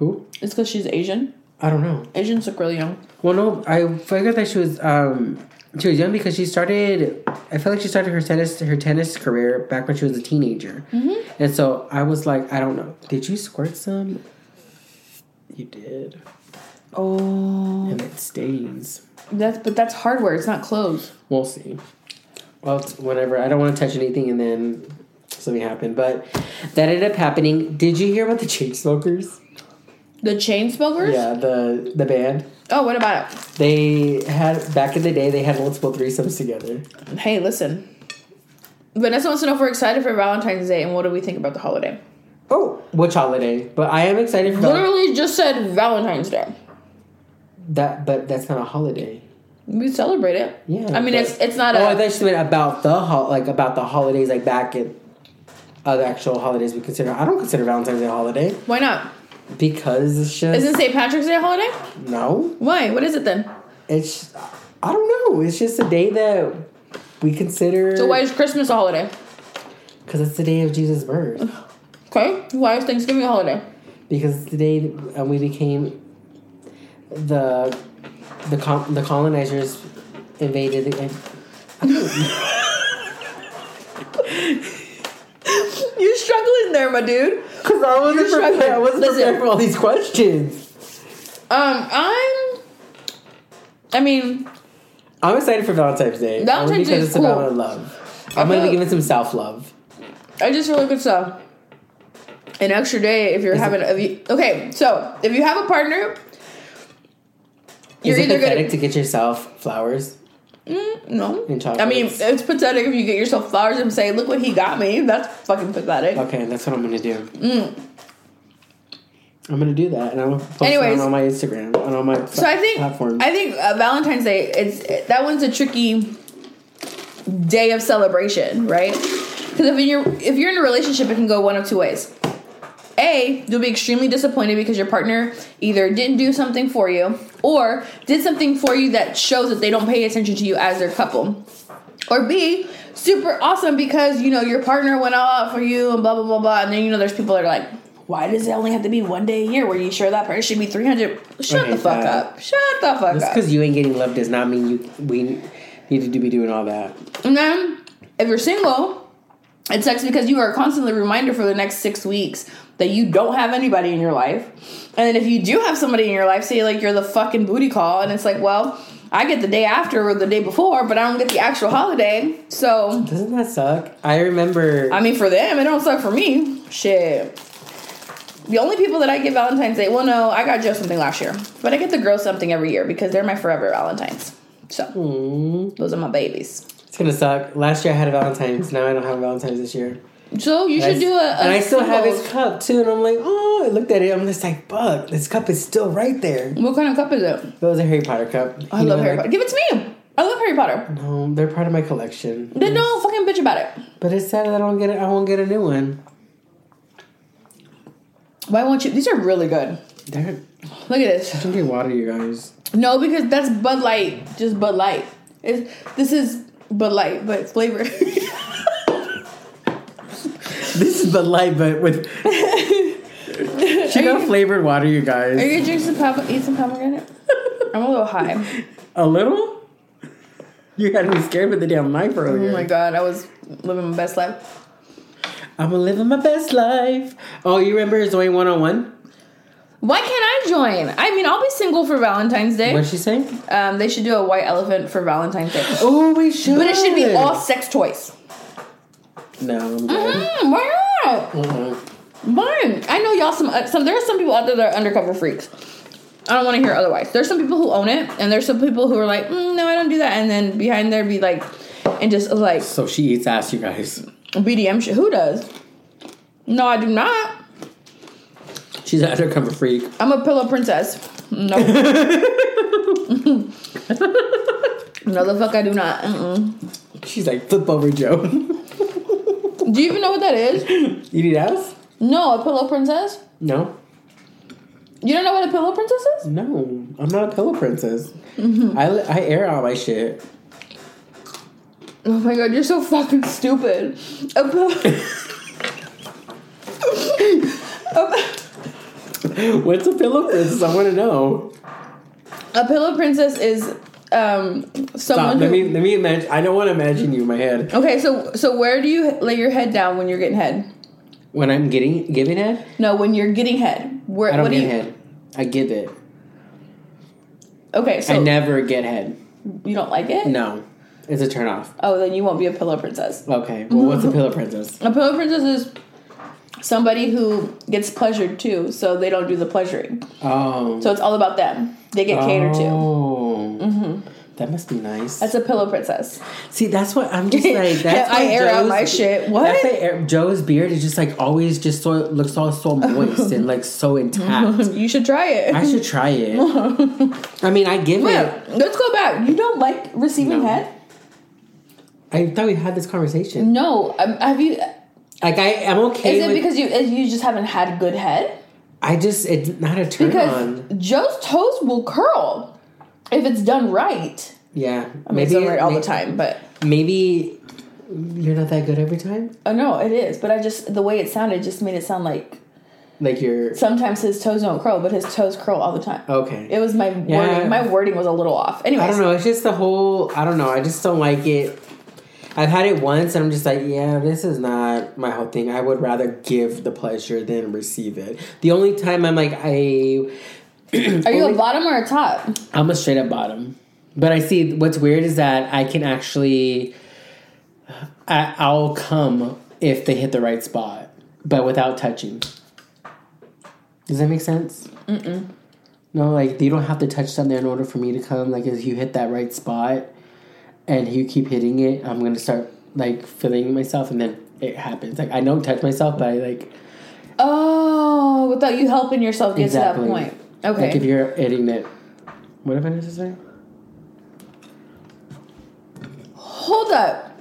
[SPEAKER 1] who?
[SPEAKER 2] It's because she's Asian.
[SPEAKER 1] I don't know.
[SPEAKER 2] Asians look really young.
[SPEAKER 1] Well, no, I figured that she was um she was young because she started. I feel like she started her tennis her tennis career back when she was a teenager, mm-hmm. and so I was like, I don't know. Did you squirt some? You did.
[SPEAKER 2] Oh,
[SPEAKER 1] and it stays.
[SPEAKER 2] that's but that's hardware. It's not clothes.
[SPEAKER 1] We'll see. Well, it's whatever. I don't want to touch anything and then something happened. But that ended up happening. Did you hear about the chain smokers?
[SPEAKER 2] The chain smokers.
[SPEAKER 1] Yeah, the the band.
[SPEAKER 2] Oh, what about it?
[SPEAKER 1] They had back in the day. They had multiple threesomes together.
[SPEAKER 2] Hey, listen. Vanessa wants to know if we're excited for Valentine's Day and what do we think about the holiday.
[SPEAKER 1] Oh, which holiday? But I am excited for that.
[SPEAKER 2] Literally just said Valentine's Day.
[SPEAKER 1] that. But that's not a holiday.
[SPEAKER 2] We celebrate it.
[SPEAKER 1] Yeah.
[SPEAKER 2] I mean,
[SPEAKER 1] but-
[SPEAKER 2] it's it's not
[SPEAKER 1] Oh,
[SPEAKER 2] a.
[SPEAKER 1] I thought she meant about the hol- like about the holidays, like back in other actual holidays we consider. I don't consider Valentine's Day a holiday
[SPEAKER 2] why not?
[SPEAKER 1] because it's just
[SPEAKER 2] Isn't St. Patrick's Day a holiday?
[SPEAKER 1] no.
[SPEAKER 2] Why? What is it then?
[SPEAKER 1] It's I don't know. It's just a day that we consider.
[SPEAKER 2] So why is Christmas a holiday?
[SPEAKER 1] Because it's the day of Jesus' birth.
[SPEAKER 2] Okay. Why is Thanksgiving a holiday?
[SPEAKER 1] Because it's the day that we became the the con- the colonizers invaded. The,
[SPEAKER 2] <laughs> You're struggling there, my dude.
[SPEAKER 1] Because I wasn't
[SPEAKER 2] You're
[SPEAKER 1] prepared. I wasn't
[SPEAKER 2] struggling.
[SPEAKER 1] prepared for all these questions.
[SPEAKER 2] Um, I'm. I mean,
[SPEAKER 1] I'm excited for Valentine's Day. only
[SPEAKER 2] Valentine's Day
[SPEAKER 1] because
[SPEAKER 2] is
[SPEAKER 1] it's about
[SPEAKER 2] cool.
[SPEAKER 1] love. I'm gonna be
[SPEAKER 2] feel-
[SPEAKER 1] giving some self love.
[SPEAKER 2] I just feel like it's a an extra day if you're having. If you, okay, so if you have a partner, you're
[SPEAKER 1] Is it
[SPEAKER 2] either
[SPEAKER 1] pathetic
[SPEAKER 2] gonna Mm,
[SPEAKER 1] to get yourself flowers?
[SPEAKER 2] no.
[SPEAKER 1] and
[SPEAKER 2] I mean,
[SPEAKER 1] chocolates?
[SPEAKER 2] it's pathetic if you get yourself flowers and say, "Look what he got me." That's fucking pathetic.
[SPEAKER 1] Okay, that's what I'm gonna do.
[SPEAKER 2] Mm.
[SPEAKER 1] I'm gonna do that, and I'm gonna post
[SPEAKER 2] Anyways.
[SPEAKER 1] it on my Instagram and on my
[SPEAKER 2] So I think
[SPEAKER 1] platform.
[SPEAKER 2] I think uh, Valentine's Day it's that one's a tricky day of celebration, right? Because if you're if you're in a relationship, it can go one of two ways. A, you'll be extremely disappointed because your partner either didn't do something for you or did something for you that shows that they don't pay attention to you as their couple. Or B, super awesome because you know your partner went all out for you and blah blah blah blah. And then you know there's people that are like, why does it only have to be one day a year? Were you sure that person should be 300? Shut
[SPEAKER 1] I
[SPEAKER 2] the
[SPEAKER 1] hate
[SPEAKER 2] fuck
[SPEAKER 1] that.
[SPEAKER 2] up. Shut the fuck
[SPEAKER 1] Just
[SPEAKER 2] up.
[SPEAKER 1] because you ain't getting love does not mean you we needed to be doing all that.
[SPEAKER 2] And then if you're single, it sucks because you are constantly reminded for the next six weeks that you don't have anybody in your life. And then if you do have somebody in your life, say like you're the fucking booty call, and it's like, well, I get the day after or the day before, but I don't get the actual holiday. So
[SPEAKER 1] Doesn't that suck? I remember.
[SPEAKER 2] I mean, for them, it don't suck for me. Shit. The only people that I get Valentine's Day, well, no, I got Joe something last year, but I get the girls something every year because they're my forever Valentines. So
[SPEAKER 1] Mm,
[SPEAKER 2] those are my babies.
[SPEAKER 1] it's gonna suck. Last year I had a Valentine's. Now I don't have a Valentine's this year.
[SPEAKER 2] So you
[SPEAKER 1] And
[SPEAKER 2] should
[SPEAKER 1] I-
[SPEAKER 2] do a. a
[SPEAKER 1] and I still have his
[SPEAKER 2] singles.
[SPEAKER 1] cup too, and I'm like, oh, I looked at it. I'm just like, fuck, this cup is still right there.
[SPEAKER 2] What kind of cup is it?
[SPEAKER 1] It was a Harry Potter cup.
[SPEAKER 2] I
[SPEAKER 1] You know,
[SPEAKER 2] love Harry
[SPEAKER 1] like,
[SPEAKER 2] Potter. Give it to me. I love Harry Potter.
[SPEAKER 1] No, they're part of my collection.
[SPEAKER 2] Then don't fucking bitch about it.
[SPEAKER 1] But it's sad that I don't get it. I won't get a new one.
[SPEAKER 2] Why won't you? These are really good.
[SPEAKER 1] They're
[SPEAKER 2] Look at this.
[SPEAKER 1] drinking water, you guys.
[SPEAKER 2] No, because that's Bud Light. Just Bud Light. It's, this is Bud Light, but <laughs> flavor.
[SPEAKER 1] This is the light, but
[SPEAKER 2] <laughs>
[SPEAKER 1] with she got flavored water, you
[SPEAKER 2] Are
[SPEAKER 1] guys.
[SPEAKER 2] you gonna drink some pop- eat some pomegranate?
[SPEAKER 1] <laughs>
[SPEAKER 2] Oh I'm a little <laughs> high.
[SPEAKER 1] A little. You had me scared with the damn knife earlier.
[SPEAKER 2] Oh my god, I was living my best life.
[SPEAKER 1] I'm living my best life. Oh, you remember Zoe 101?
[SPEAKER 2] Why can't I join? I mean, I'll be single for Valentine's Day.
[SPEAKER 1] What'd she say?
[SPEAKER 2] Um, they should do a white elephant for Valentine's Day,
[SPEAKER 1] Oh, we should.
[SPEAKER 2] but it should be all sex toys.
[SPEAKER 1] No, I'm good.
[SPEAKER 2] Mm, why not?
[SPEAKER 1] Uh-uh.
[SPEAKER 2] Fine. I know y'all some uh, some there are some people out there that are undercover freaks. I don't want to hear otherwise. There's some people who own it, and there's some people who are like, mm, no, I don't do that, and then behind there be like, and just like
[SPEAKER 1] So she eats ass, you guys.
[SPEAKER 2] BDM shit. Who does? No, I do not.
[SPEAKER 1] She's an undercover freak.
[SPEAKER 2] I'm a pillow princess. No. no, the fuck I do not. Mm-mm.
[SPEAKER 1] She's like, flip over, Joe. <laughs>
[SPEAKER 2] Do you even know what that is?
[SPEAKER 1] you eat ass?
[SPEAKER 2] No, a pillow princess?
[SPEAKER 1] No.
[SPEAKER 2] You don't know what a pillow princess is?
[SPEAKER 1] No, I'm not a pillow princess. I, I air out my shit. <laughs>
[SPEAKER 2] Oh my god, you're so fucking stupid. A pillow. <laughs> a,
[SPEAKER 1] What's a pillow princess? I want to know.
[SPEAKER 2] a pillow princess is um someone
[SPEAKER 1] Stop.
[SPEAKER 2] who.
[SPEAKER 1] Let me let me imagine. I don't want to imagine you in my head.
[SPEAKER 2] okay, so so where do you lay your head down when you're getting head?
[SPEAKER 1] When I'm getting giving head,
[SPEAKER 2] No, when you're getting head. Where?
[SPEAKER 1] I don't
[SPEAKER 2] what do
[SPEAKER 1] get
[SPEAKER 2] you?
[SPEAKER 1] head. I give it.
[SPEAKER 2] Okay, so
[SPEAKER 1] I never get head.
[SPEAKER 2] you don't like it?
[SPEAKER 1] No, it's a turn off.
[SPEAKER 2] Oh, then you won't be a pillow princess.
[SPEAKER 1] Okay, well, what's a pillow princess?
[SPEAKER 2] A pillow princess is somebody who gets pleasured too, so they don't do the pleasuring.
[SPEAKER 1] Oh,
[SPEAKER 2] So it's all about them. They get catered to. Mm-hmm.
[SPEAKER 1] Oh. That must be nice.
[SPEAKER 2] That's a pillow princess.
[SPEAKER 1] See, that's what I'm
[SPEAKER 2] <laughs>
[SPEAKER 1] just like. That's
[SPEAKER 2] I
[SPEAKER 1] why
[SPEAKER 2] air out
[SPEAKER 1] Joe's-
[SPEAKER 2] my shit. What?
[SPEAKER 1] That's why air- Joe's beard is just like always just so looks all so moist and like
[SPEAKER 2] <laughs>
[SPEAKER 1] so intact.
[SPEAKER 2] You should try it. <laughs>
[SPEAKER 1] I should try it. I mean, I give it.
[SPEAKER 2] Yeah, let's go back. You don't like receiving
[SPEAKER 1] No.
[SPEAKER 2] head?
[SPEAKER 1] I thought we had this conversation.
[SPEAKER 2] No. Um, have you? Is
[SPEAKER 1] Like I, I'm okay.
[SPEAKER 2] it
[SPEAKER 1] with,
[SPEAKER 2] because you is- you just haven't had good head?
[SPEAKER 1] I just it's not a turn
[SPEAKER 2] Because
[SPEAKER 1] on?
[SPEAKER 2] Joe's toes will curl if it's done right.
[SPEAKER 1] Yeah,
[SPEAKER 2] Maybe it's done right all
[SPEAKER 1] may-
[SPEAKER 2] the time, but
[SPEAKER 1] Maybe you're not that good every time.
[SPEAKER 2] oh no, it is. But I just the way it sounded just made it sound like
[SPEAKER 1] Like you're
[SPEAKER 2] sometimes his toes don't curl, but his toes curl all the time.
[SPEAKER 1] okay.
[SPEAKER 2] It was my
[SPEAKER 1] Yeah.
[SPEAKER 2] wording. My wording was a little off. Anyways,
[SPEAKER 1] I don't know. It's just the whole. I don't know. I just don't like it. I've had it once, and I'm just like, yeah, this is not my whole thing. I would rather give the pleasure than receive it. The only time I'm like, I,
[SPEAKER 2] Are you a bottom or a top?
[SPEAKER 1] I'm a straight up bottom. But I see what's weird is that I can actually, I, I'll come if they hit the right spot, but without touching. Does that make sense? Mm-mm. No, like you don't have to touch something in order for me to come. Like if you hit that right spot, and you keep hitting it, I'm gonna start like feeling myself, and then it happens. Like I don't touch myself, but I like
[SPEAKER 2] Oh, without you helping yourself get
[SPEAKER 1] Exactly.
[SPEAKER 2] to that point. Okay.
[SPEAKER 1] Like if you're hitting it, what am I supposed to say?
[SPEAKER 2] Hold up.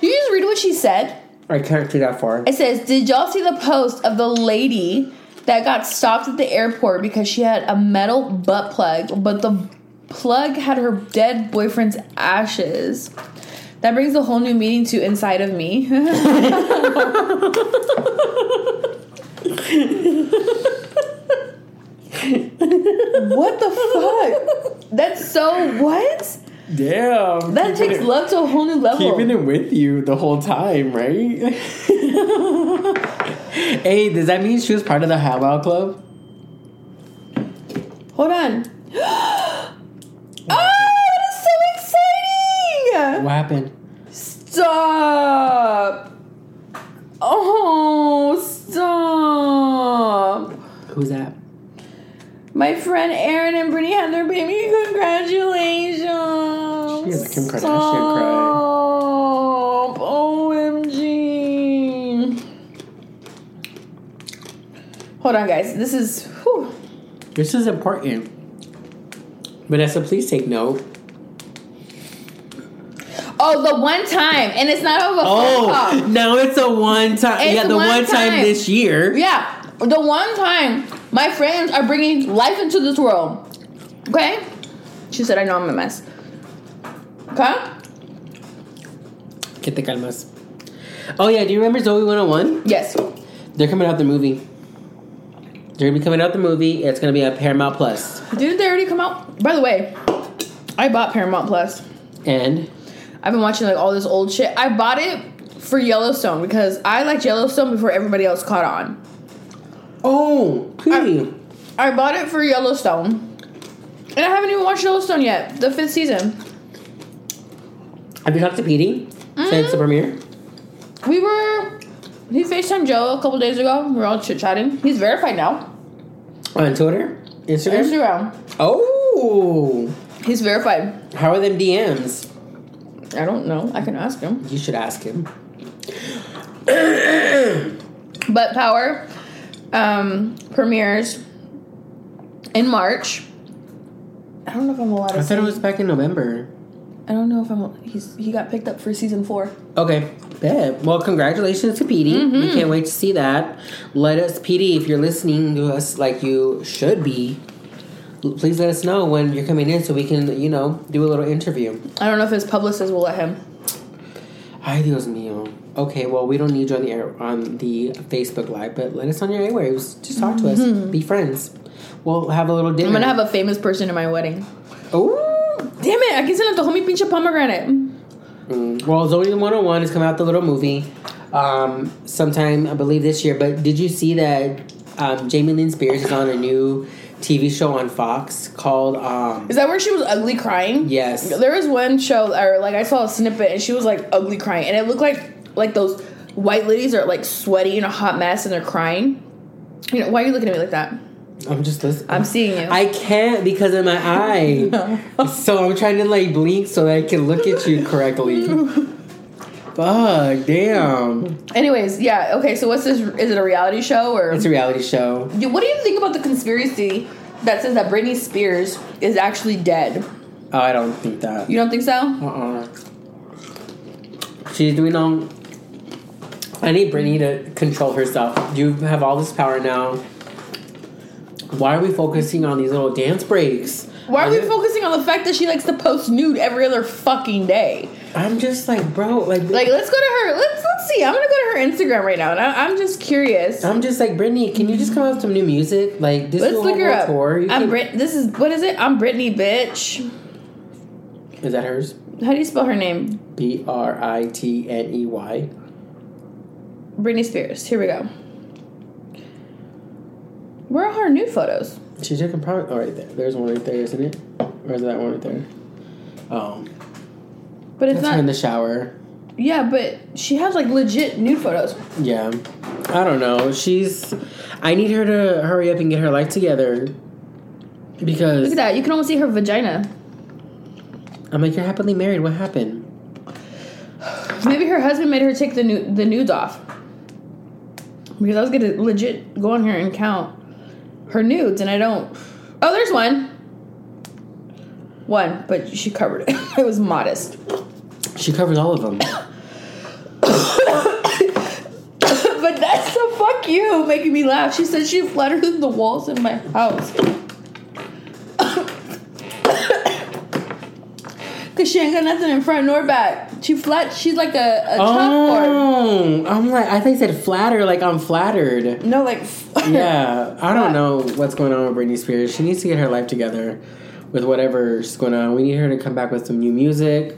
[SPEAKER 2] You just read what she said.
[SPEAKER 1] I can't do that far.
[SPEAKER 2] It says, "Did y'all see the post of the lady that got stopped at the airport because she had a metal butt plug, but the plug had her dead boyfriend's ashes?" That brings a whole new meaning to inside of me. what the fuck? That's so what?
[SPEAKER 1] Damn.
[SPEAKER 2] That takes love to a whole new level.
[SPEAKER 1] Keeping it with you the whole time, right? <laughs> hey, does that mean she was part of the Howell Club?
[SPEAKER 2] Hold on. <gasps> oh, that is so exciting!
[SPEAKER 1] What happened?
[SPEAKER 2] Stop! Oh, stop!
[SPEAKER 1] Who's that?
[SPEAKER 2] My friend Aaron and Brittany had their baby. Congratulations!
[SPEAKER 1] She has a Kim Kardashian
[SPEAKER 2] Stop. OMG! Hold on, guys. This is. whew.
[SPEAKER 1] This is important. Vanessa, please take note.
[SPEAKER 2] Oh, the one time, and it's not over. phone <laughs>
[SPEAKER 1] Oh,
[SPEAKER 2] call.
[SPEAKER 1] now it's a one time.
[SPEAKER 2] It's
[SPEAKER 1] yeah, the
[SPEAKER 2] one
[SPEAKER 1] one, time.
[SPEAKER 2] time.
[SPEAKER 1] this year.
[SPEAKER 2] Yeah, the one time my friends are bringing life into this world. Okay? She said, I know I'm a mess. Okay?
[SPEAKER 1] Que te calmas. Oh yeah, do you remember Zoe 101?
[SPEAKER 2] Yes.
[SPEAKER 1] They're coming out the movie. They're gonna be coming out the movie. It's gonna be on Paramount Plus.
[SPEAKER 2] Didn't they already come out? By the way, I bought Paramount Plus.
[SPEAKER 1] And
[SPEAKER 2] I've been watching like all this old shit. I bought it for Yellowstone because I liked Yellowstone before everybody else caught on.
[SPEAKER 1] oh, pretty.
[SPEAKER 2] I bought it for Yellowstone. And I haven't even watched Yellowstone yet, the fifth season.
[SPEAKER 1] Have you talked to Petey since
[SPEAKER 2] Mm-hmm.
[SPEAKER 1] the premiere?
[SPEAKER 2] We were. He FaceTimed Joe a couple days ago. We were all chit chatting. He's verified now.
[SPEAKER 1] On Twitter? Instagram?
[SPEAKER 2] Instagram.
[SPEAKER 1] Oh!
[SPEAKER 2] He's verified.
[SPEAKER 1] How are them DMs?
[SPEAKER 2] I don't know. I can ask him.
[SPEAKER 1] You should ask him.
[SPEAKER 2] But Power um, premieres in March. I don't know if I'm allowed to.
[SPEAKER 1] I
[SPEAKER 2] say.
[SPEAKER 1] said it was back in November.
[SPEAKER 2] I don't know if I'm. He's he got picked up for season four.
[SPEAKER 1] Okay, bet. Well, congratulations to Petey. We can't wait to see that. Let us, Petey, if you're listening to us like you should be, l- please let us know when you're coming in so we can, you know, do a little interview.
[SPEAKER 2] I don't know if his publicist will let him.
[SPEAKER 1] Ay, Dios mío. Okay, well, we don't need you on the air on the Facebook live, but let us on your airwaves. Just talk to us. Be friends. We'll Mm-hmm. have a little dinner.
[SPEAKER 2] I'm gonna have a famous person in my wedding.
[SPEAKER 1] Ooh.
[SPEAKER 2] Damn it! I guess I antojó mi pinche pomegranate.
[SPEAKER 1] Mm. Well, Zoe 101 has come out the little movie um, sometime, I believe, this year. But did you see that um, Jamie Lynn Spears is on a new TV show on Fox called um,
[SPEAKER 2] Is that where she was ugly crying?
[SPEAKER 1] Yes.
[SPEAKER 2] There was one show, or like I saw a snippet, and she was like ugly crying, and it looked like like those white ladies are like sweaty and a hot mess, and they're crying. You know why are you looking at me like that?
[SPEAKER 1] I'm just listening.
[SPEAKER 2] I'm seeing you.
[SPEAKER 1] I can't
[SPEAKER 2] <laughs>
[SPEAKER 1] because of my eye. so I'm trying to like blink so that I can look at
[SPEAKER 2] <laughs>
[SPEAKER 1] you correctly. Fuck, damn.
[SPEAKER 2] Anyways, yeah. Okay, so what's this? Is it a reality show or?
[SPEAKER 1] It's a reality show.
[SPEAKER 2] You- what do you think about the conspiracy that says that Britney Spears is actually dead?
[SPEAKER 1] Oh, I don't think that.
[SPEAKER 2] You don't think so?
[SPEAKER 1] Uh-uh. She's doing all. I need Brittany to control herself. You have all this power now. Why are we focusing on these little dance breaks?
[SPEAKER 2] Why are we
[SPEAKER 1] I'm-
[SPEAKER 2] focusing on the fact that she likes to post nude every other fucking day?
[SPEAKER 1] I'm just like, bro, like,
[SPEAKER 2] Like, let's go to her. Let's let's see. I'm gonna go to her Instagram right now, and I, I'm just curious.
[SPEAKER 1] I'm just like, Brittany, can you just come out with some new music? Like, this
[SPEAKER 2] Let's
[SPEAKER 1] little
[SPEAKER 2] look her
[SPEAKER 1] world
[SPEAKER 2] up.
[SPEAKER 1] tour. you
[SPEAKER 2] I'm
[SPEAKER 1] can-
[SPEAKER 2] Brit. This is what is it? I'm Brittany, bitch.
[SPEAKER 1] Is that hers?
[SPEAKER 2] How do you spell her name?
[SPEAKER 1] B R I T N E Y.
[SPEAKER 2] Britney Spears. Here we go. Where are her nude photos?
[SPEAKER 1] She took a pro. Oh, right there. There's one right there, isn't it? Or is that one right there? Oh,
[SPEAKER 2] But it's
[SPEAKER 1] that's her in
[SPEAKER 2] not.
[SPEAKER 1] the shower.
[SPEAKER 2] yeah, but she has like legit nude photos.
[SPEAKER 1] Yeah. I don't know. She's. I need her to hurry up and get her life together.
[SPEAKER 2] Look
[SPEAKER 1] Because
[SPEAKER 2] at that. You can almost see her vagina.
[SPEAKER 1] I'm like, you're happily married. What happened?
[SPEAKER 2] Maybe her husband made her take the nu- the nudes off. Because I was gonna legit go on here and count her nudes, and I don't. Oh, there's one. One, but she covered it. <laughs> it was modest.
[SPEAKER 1] She covers
[SPEAKER 2] <coughs>
[SPEAKER 1] all of them.
[SPEAKER 2] <coughs> but that's so fuck you making me laugh. She said she fluttered through the walls in my house. <coughs> Cause she ain't got nothing in front nor back. She flat. She's like a, a chalkboard.
[SPEAKER 1] Oh, I'm like, I think I said flatter, like
[SPEAKER 2] <laughs>
[SPEAKER 1] I'm flattered.
[SPEAKER 2] No, like
[SPEAKER 1] Yeah, I don't know what's going on with Britney Spears. She needs to get her life together with whatever's going on. We need her to come back with some new music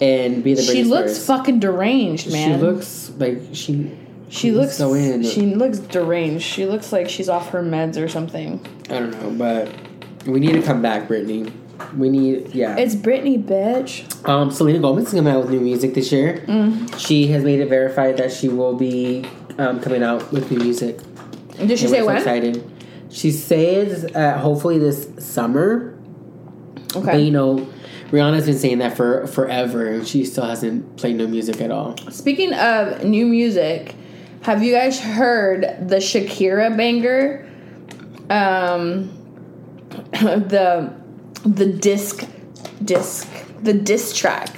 [SPEAKER 1] and be the Britney
[SPEAKER 2] She looks
[SPEAKER 1] Spears.
[SPEAKER 2] fucking deranged, man.
[SPEAKER 1] She looks like she.
[SPEAKER 2] She looks
[SPEAKER 1] so in.
[SPEAKER 2] She looks deranged. She looks like she's off her meds or something.
[SPEAKER 1] I don't know, but we need to come back, Brittany. We need, yeah.
[SPEAKER 2] It's Britney, bitch.
[SPEAKER 1] um, Selena Gomez is coming out with new music this year.
[SPEAKER 2] Mm-hmm.
[SPEAKER 1] She has made it verified that she will be um, coming out with new music.
[SPEAKER 2] Did she say
[SPEAKER 1] And we're so
[SPEAKER 2] when?
[SPEAKER 1] Excited. She says uh, hopefully this summer. But you
[SPEAKER 2] Okay.
[SPEAKER 1] know, Rihanna's been saying that for forever, and she still hasn't played no music at all.
[SPEAKER 2] Speaking of new music, have you guys heard the Shakira banger? Um, <laughs> the the disc disc the disc track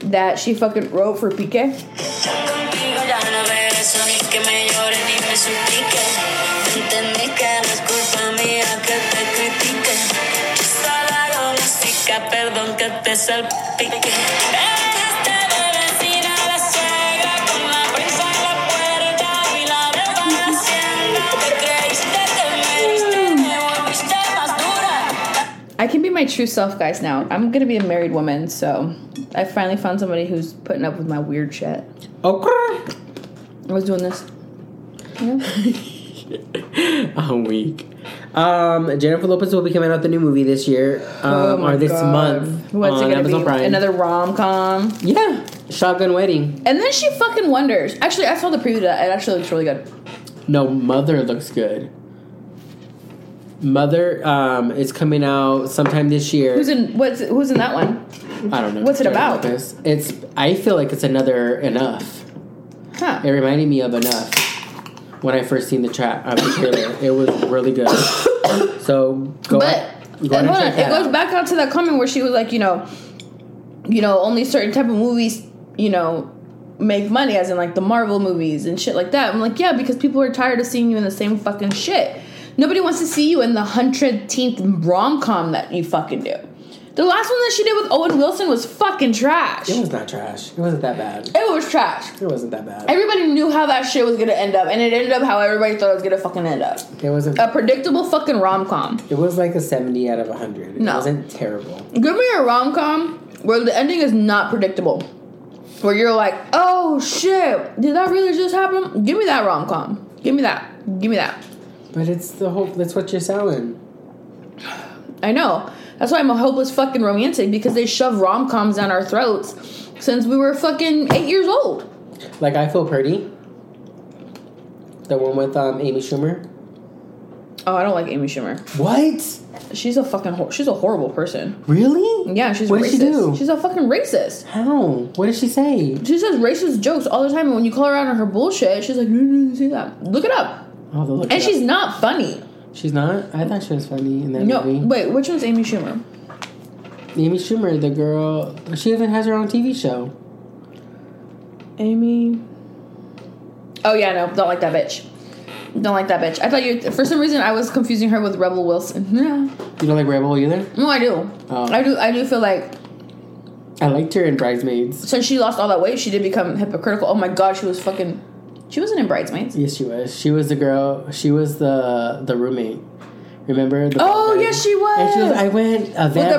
[SPEAKER 2] that she fucking wrote for Piqué.
[SPEAKER 4] Contigo ya no regreso ni que me llores ni me suplique. Entendí que no es culpa mía que te critique. Quizá la diagnostica, perdón que te salpique. Dejaste de decir a la suegra con la prensa en la puerta y la deuda en la hacienda. Te creíste, te meriste, te volviste más dura.
[SPEAKER 2] I can be my true self, guys. Now I'm gonna be a married woman, so I finally found somebody who's putting up with my weird shit.
[SPEAKER 1] <laughs> Okay.
[SPEAKER 2] I was doing this.
[SPEAKER 1] I'm weak. Um, Jennifer Lopez will be coming out with a new movie this year, um, or this month
[SPEAKER 2] Oh What's
[SPEAKER 1] on
[SPEAKER 2] it gonna
[SPEAKER 1] Amazon
[SPEAKER 2] be?
[SPEAKER 1] Prime.
[SPEAKER 2] Another rom com.
[SPEAKER 1] yeah, Shotgun Wedding.
[SPEAKER 2] And then she fucking wonders. Actually, I saw the preview. To that. It actually looks really good.
[SPEAKER 1] No, Mother looks good. Mother um, is coming out sometime this year.
[SPEAKER 2] Who's in? What's who's in that one?
[SPEAKER 1] I don't know.
[SPEAKER 2] what's it
[SPEAKER 1] Jennifer
[SPEAKER 2] about?
[SPEAKER 1] Lopez. It's. I feel like it's another Enough.
[SPEAKER 2] Huh?
[SPEAKER 1] It reminded me of Enough when I first seen the trap of the trailer. it was
[SPEAKER 2] <coughs>
[SPEAKER 1] really good. So go
[SPEAKER 2] but
[SPEAKER 1] out- go out
[SPEAKER 2] and
[SPEAKER 1] and
[SPEAKER 2] hold on,
[SPEAKER 1] check
[SPEAKER 2] it
[SPEAKER 1] that
[SPEAKER 2] goes
[SPEAKER 1] out.
[SPEAKER 2] back out to that comment where she was like, you know, you know, only certain type of movies, you know, make money, as in like the Marvel movies and shit like that. I'm like, yeah, because people are tired of seeing you in the same fucking shit. Nobody wants to see you in the hundredteenth rom com that you fucking do. The last one that she did with Owen Wilson was fucking trash.
[SPEAKER 1] It was not trash. It wasn't that bad.
[SPEAKER 2] It was trash.
[SPEAKER 1] It wasn't that bad.
[SPEAKER 2] Everybody knew how that shit was gonna end up, and it ended up how everybody thought it was gonna fucking end up.
[SPEAKER 1] It wasn't.
[SPEAKER 2] A predictable fucking rom com.
[SPEAKER 1] It was like a 70 out of 100. It
[SPEAKER 2] No.
[SPEAKER 1] wasn't terrible.
[SPEAKER 2] Give me a rom com where the ending is not predictable. Where you're like, oh shit, did that really just happen? Give me that rom com. Give me that. Give me that.
[SPEAKER 1] But it's the hope. That's what you're selling.
[SPEAKER 2] I know. That's why I'm a hopeless fucking romantic because they shove rom coms down our throats since we were fucking eight years old.
[SPEAKER 1] Like I feel pretty. The one with um, Amy Schumer.
[SPEAKER 2] Oh, I don't like Amy Schumer.
[SPEAKER 1] What?
[SPEAKER 2] She's a fucking hor- she's a horrible person.
[SPEAKER 1] Really?
[SPEAKER 2] Yeah, she's
[SPEAKER 1] What
[SPEAKER 2] racist.
[SPEAKER 1] did she do?
[SPEAKER 2] She's a fucking racist.
[SPEAKER 1] How? What did she say?
[SPEAKER 2] She says racist jokes all the time, and when you call her out on her bullshit, she's like, "No, no, no, say that. Look it up."
[SPEAKER 1] I'll have to look it
[SPEAKER 2] And
[SPEAKER 1] up.
[SPEAKER 2] she's not funny.
[SPEAKER 1] she's not. I thought she was funny in that
[SPEAKER 2] No,
[SPEAKER 1] movie.
[SPEAKER 2] wait, which one's Amy Schumer?
[SPEAKER 1] Amy Schumer, the girl, she even has her own TV show.
[SPEAKER 2] Amy. Oh yeah, no, don't like that bitch. Don't like that bitch. I thought you. For some reason, I was confusing her with Rebel Wilson. <laughs> No,
[SPEAKER 1] You don't like Rebel either?
[SPEAKER 2] no, I do.
[SPEAKER 1] Oh.
[SPEAKER 2] I do. I do feel like
[SPEAKER 1] I liked her in Bridesmaids.
[SPEAKER 2] since she lost all that weight, she did become hypocritical. Oh my god, she was fucking. She wasn't in Bridesmaids.
[SPEAKER 1] Yes, she was. She was the girl. She was the the roommate. Remember? The
[SPEAKER 2] Oh,
[SPEAKER 1] yeah,
[SPEAKER 2] yes, she was.
[SPEAKER 1] And she was. I went. A van
[SPEAKER 2] the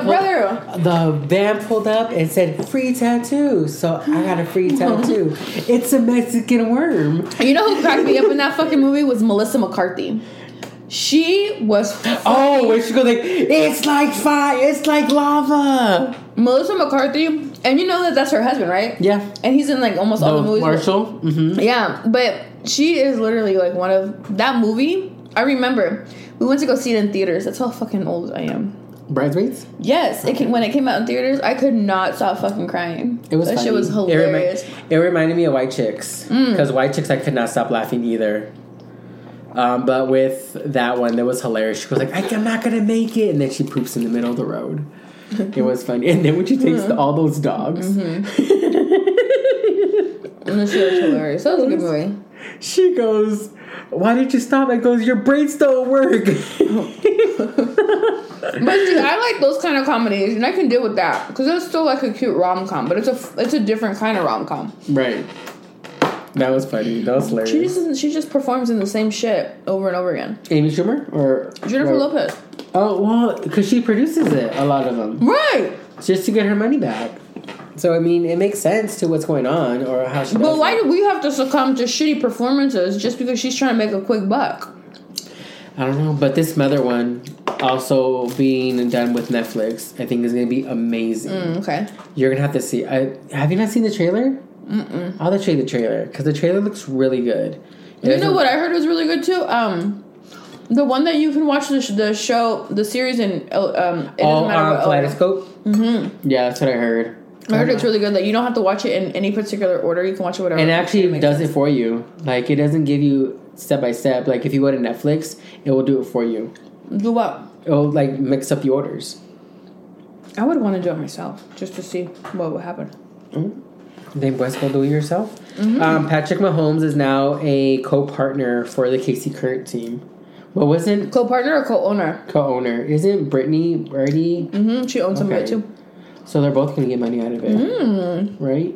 [SPEAKER 2] brother.
[SPEAKER 1] pulled- The van pulled up and said "free tattoo," so I got a free <laughs> tattoo. it's a Mexican worm.
[SPEAKER 2] You know who cracked me up in that fucking movie was Melissa McCarthy. She was.
[SPEAKER 1] Oh, where she goes like, it's like fire, it's like lava.
[SPEAKER 2] Melissa McCarthy, and you know that that's her husband, right?
[SPEAKER 1] Yeah.
[SPEAKER 2] And he's in like almost all the
[SPEAKER 1] Oh,
[SPEAKER 2] movies.
[SPEAKER 1] Marshall. Mm-hmm.
[SPEAKER 2] Yeah, but she is literally like one of that movie. I remember we went to go see it in theaters. That's how fucking old I am.
[SPEAKER 1] Bridesmaids.
[SPEAKER 2] Yes, it came, when it came out in theaters, I could not stop fucking crying.
[SPEAKER 1] It was.
[SPEAKER 2] that shit
[SPEAKER 1] funny.
[SPEAKER 2] was
[SPEAKER 1] It remi-
[SPEAKER 2] hilarious. Mm.
[SPEAKER 1] It, reminded me of White Chicks because White Chicks I could not stop laughing either. Um, but with that one, that was hilarious. She was like, I, "I'm not gonna make it," and then she poops in the middle of the road. It was funny, and then when she takes
[SPEAKER 2] Mm-hmm.
[SPEAKER 1] all those dogs,
[SPEAKER 2] and the shit was hilarious. That was a good movie.
[SPEAKER 1] <laughs> she goes, "Why did you stop?" I goes, "Your brains don't
[SPEAKER 2] <laughs>
[SPEAKER 1] work."
[SPEAKER 2] But dude, I like those kind of comedies, and I can deal with that because it's still like a cute rom com, but it's a it's a different kind of rom com.
[SPEAKER 1] right. That was funny. That was hilarious.
[SPEAKER 2] She just doesn't- she just performs in the same shit over and over again.
[SPEAKER 1] Amy Schumer or
[SPEAKER 2] Jennifer
[SPEAKER 1] or-
[SPEAKER 2] Lopez,
[SPEAKER 1] Oh well, because she produces it a lot of them
[SPEAKER 2] right?
[SPEAKER 1] just to get her money back. So I mean, it makes sense to what's going on or how she.
[SPEAKER 2] But
[SPEAKER 1] does
[SPEAKER 2] why
[SPEAKER 1] it.
[SPEAKER 2] do we have to succumb to shitty performances just because she's trying to make a quick buck?
[SPEAKER 1] I don't know, but this mother one also being done with Netflix, I think is going to be amazing.
[SPEAKER 2] Mm, Okay.
[SPEAKER 1] You're gonna have to see. I have you not seen the trailer? Mm-mm. I'll let you the trailer because the trailer looks really good. It
[SPEAKER 2] You know
[SPEAKER 1] doesn't-
[SPEAKER 2] what I heard was really good too. Um, the one that you can watch the, sh- the show, the series, and um, it
[SPEAKER 1] Oh,
[SPEAKER 2] doesn't matter.
[SPEAKER 1] um,
[SPEAKER 2] what
[SPEAKER 1] Kaleidoscope. Mm-hmm. Yeah, that's what I heard.
[SPEAKER 2] I heard it's really good that you don't have to watch it in any particular order. You can watch it whatever.
[SPEAKER 1] and actually it
[SPEAKER 2] makes
[SPEAKER 1] does it for you. Like it doesn't give you step by step. Like if you go to Netflix, it will do it for you.
[SPEAKER 2] do what?
[SPEAKER 1] It'll like mix up the orders.
[SPEAKER 2] I would want to do it myself just to see what would happen.
[SPEAKER 1] Then West will do it yourself. Um, Patrick Mahomes is now a co-partner for the KC Current team. But wasn't
[SPEAKER 2] Co-partner or co-owner?
[SPEAKER 1] co-owner? Isn't Brittany Brady?
[SPEAKER 2] Mm-hmm, she owns some of it
[SPEAKER 1] Okay.
[SPEAKER 2] too.
[SPEAKER 1] So they're both gonna get money out of it, right?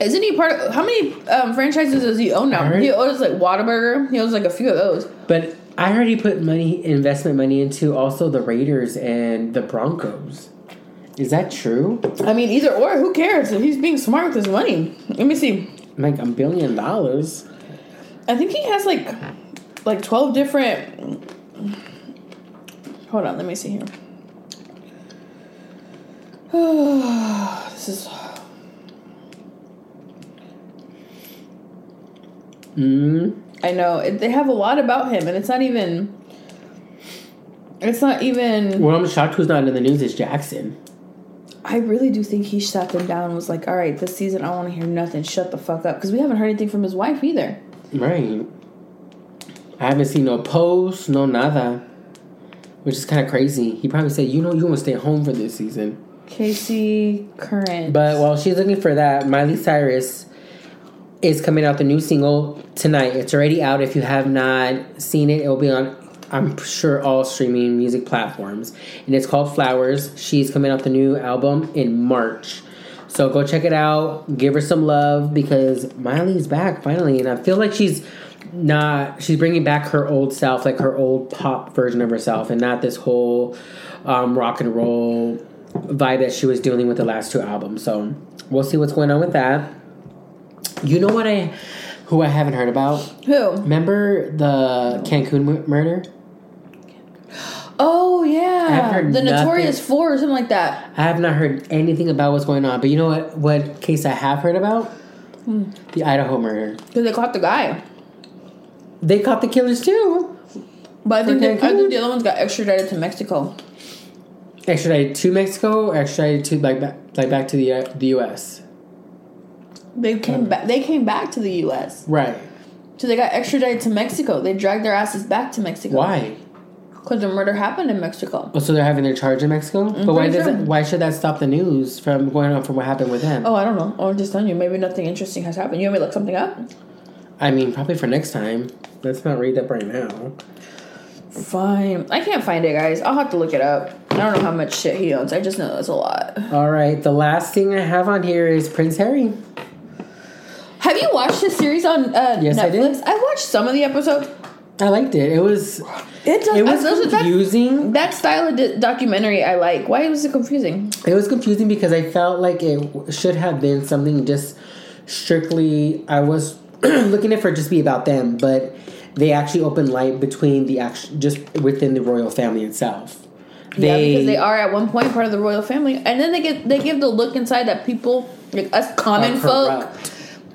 [SPEAKER 2] Isn't he part? Of, how many um, franchises does he own now?
[SPEAKER 1] I heard-
[SPEAKER 2] He owns like Whataburger. He owns like a few of those.
[SPEAKER 1] But I heard he put money, investment money into also the Raiders and the Broncos. Is that true?
[SPEAKER 2] I mean, either or, who cares? If he's being smart with his money. Let me see.
[SPEAKER 1] Like a billion dollars.
[SPEAKER 2] I think he has like like twelve different. Hold on, let me see here. <sighs> this is
[SPEAKER 1] Mm.
[SPEAKER 2] I know it, they have a lot about him, and it's not even. It's not even.
[SPEAKER 1] Well, I'm shocked who's not in the news is Jackson.
[SPEAKER 2] I really do think he sat them down and was like, "All right, this season I don't want to hear nothing. Shut the fuck up," because we haven't heard anything from his wife either.
[SPEAKER 1] Right. I haven't seen no posts, no nada. Which is kind of crazy. He probably said, you know, you want to stay home for this season.
[SPEAKER 2] Casey Current.
[SPEAKER 1] But while she's looking for that, Miley Cyrus is coming out the new single tonight. It's already out. If you have not seen it, it'll be on, I'm sure, all streaming music platforms. And it's called Flowers. She's coming out the new album in March. So go check it out. Give her some love because Miley's back finally. And I feel like she's not, she's bringing back her old self, like her old pop version of herself, and not this whole um, rock and roll vibe that she was dealing with the last two albums. So we'll see what's going on with that. You know what I, who I haven't heard about?
[SPEAKER 2] who?
[SPEAKER 1] Remember the Cancun mu- murder?
[SPEAKER 2] Oh yeah,
[SPEAKER 1] I've heard
[SPEAKER 2] the
[SPEAKER 1] nothing.
[SPEAKER 2] Notorious Four or something like that.
[SPEAKER 1] I have not heard anything about what's going on, but you know what? What case I have heard about? The Idaho murder.
[SPEAKER 2] Because they caught the guy,
[SPEAKER 1] They caught the killers too.
[SPEAKER 2] but I think,
[SPEAKER 1] For
[SPEAKER 2] they, I think
[SPEAKER 1] Cancun?
[SPEAKER 2] the other ones got extradited to Mexico.
[SPEAKER 1] Extradited to Mexico or extradited to like back, like back to the uh, the U.S.
[SPEAKER 2] They came back. They came back to the U.S.
[SPEAKER 1] Right?
[SPEAKER 2] So they got extradited to Mexico. They dragged their asses back to Mexico.
[SPEAKER 1] Why?
[SPEAKER 2] Because the murder happened in Mexico.
[SPEAKER 1] Oh, so they're having their charge in Mexico. but why
[SPEAKER 2] pretty
[SPEAKER 1] does it,
[SPEAKER 2] sure.
[SPEAKER 1] why should that stop the news from going on from what happened with him?
[SPEAKER 2] Oh, I don't know. I'm just telling you. Maybe nothing interesting has happened. You want me to look something up?
[SPEAKER 1] I mean, probably for next time. Let's not read that right now.
[SPEAKER 2] Fine. I can't find it, guys. I'll have to look it up. I don't know how much shit he owns. I just know that's a lot.
[SPEAKER 1] All right. The last thing I have on here is Prince Harry.
[SPEAKER 2] Have you watched this series on uh,
[SPEAKER 1] Yes, I did.
[SPEAKER 2] Netflix? I, watched some of the episodes.
[SPEAKER 1] I liked it. It was
[SPEAKER 2] It, does,
[SPEAKER 1] it was
[SPEAKER 2] those- that-
[SPEAKER 1] confusing.
[SPEAKER 2] That, style of di- documentary I like. Why was it confusing?
[SPEAKER 1] It was confusing because I felt like it w- should have been something just strictly. I was <clears throat> looking at for it just be about them, but they actually opened light between the action just within the royal family itself. They,
[SPEAKER 2] yeah, because they are at one point part of the royal family, and then they get they give the look inside that people like us common folk,
[SPEAKER 1] corrupt.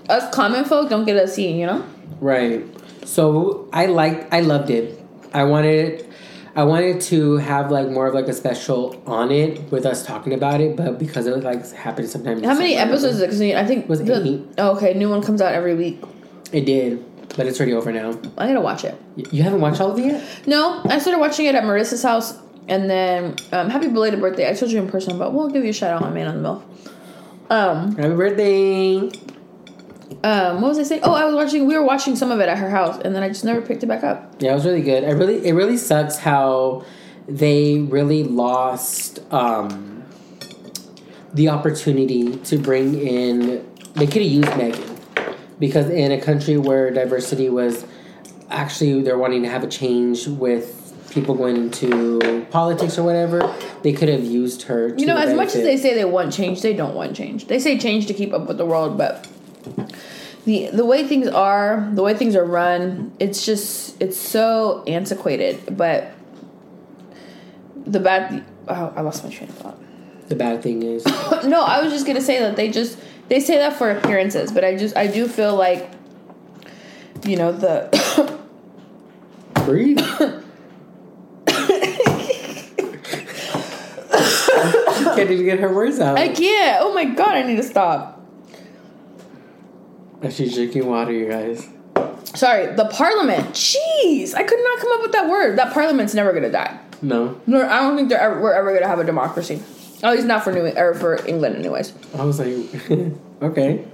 [SPEAKER 2] us common folk don't get to see. You know,
[SPEAKER 1] Right. So I liked I loved it. I wanted I wanted to have like more of like a special on it with us talking about it, but because it like happened sometimes.
[SPEAKER 2] how many
[SPEAKER 1] sometimes-
[SPEAKER 2] episodes? Because I think
[SPEAKER 1] Was
[SPEAKER 2] the,
[SPEAKER 1] eight.
[SPEAKER 2] Oh, okay, new one comes out every week.
[SPEAKER 1] It did, but it's already over now.
[SPEAKER 2] I gotta watch it.
[SPEAKER 1] Y- You haven't watched all of it yet?
[SPEAKER 2] No, I started watching it at Marissa's house, and then um, happy belated birthday. I told you in person, but we'll give you a shout out on Man on the Mill. Um,
[SPEAKER 1] Happy birthday!
[SPEAKER 2] um, what was I saying? Oh, I was watching. We were watching some of it at her house, and then I just never picked it back up.
[SPEAKER 1] Yeah, it was really good. I really, it really sucks how they really lost um, the opportunity to bring in. They could have used Megan because in a country where diversity was actually they're wanting to have a change with people going into politics or whatever, they could have used her. To
[SPEAKER 2] You know, as much as
[SPEAKER 1] benefit.
[SPEAKER 2] they say they want change, they don't want change. They say change to keep up with the world, but the the way things are, the way things are run, it's just it's so antiquated. But the bad, oh, I lost my train of thought. <laughs>
[SPEAKER 1] the bad thing is,
[SPEAKER 2] No, I was just gonna say that they just they say that for appearances, but I just I do feel like you know the <coughs>
[SPEAKER 1] breathe. she can't even get her words out.
[SPEAKER 2] I can't. Oh my god, I need to stop.
[SPEAKER 1] And she's drinking water, you guys.
[SPEAKER 2] Sorry, the parliament. Jeez, I could not come up with that word. That parliament's never gonna die.
[SPEAKER 1] No.
[SPEAKER 2] Nor I don't think they're ever, we're ever gonna have a democracy. At least not for New or for England, anyways.
[SPEAKER 1] I was like, <laughs> okay.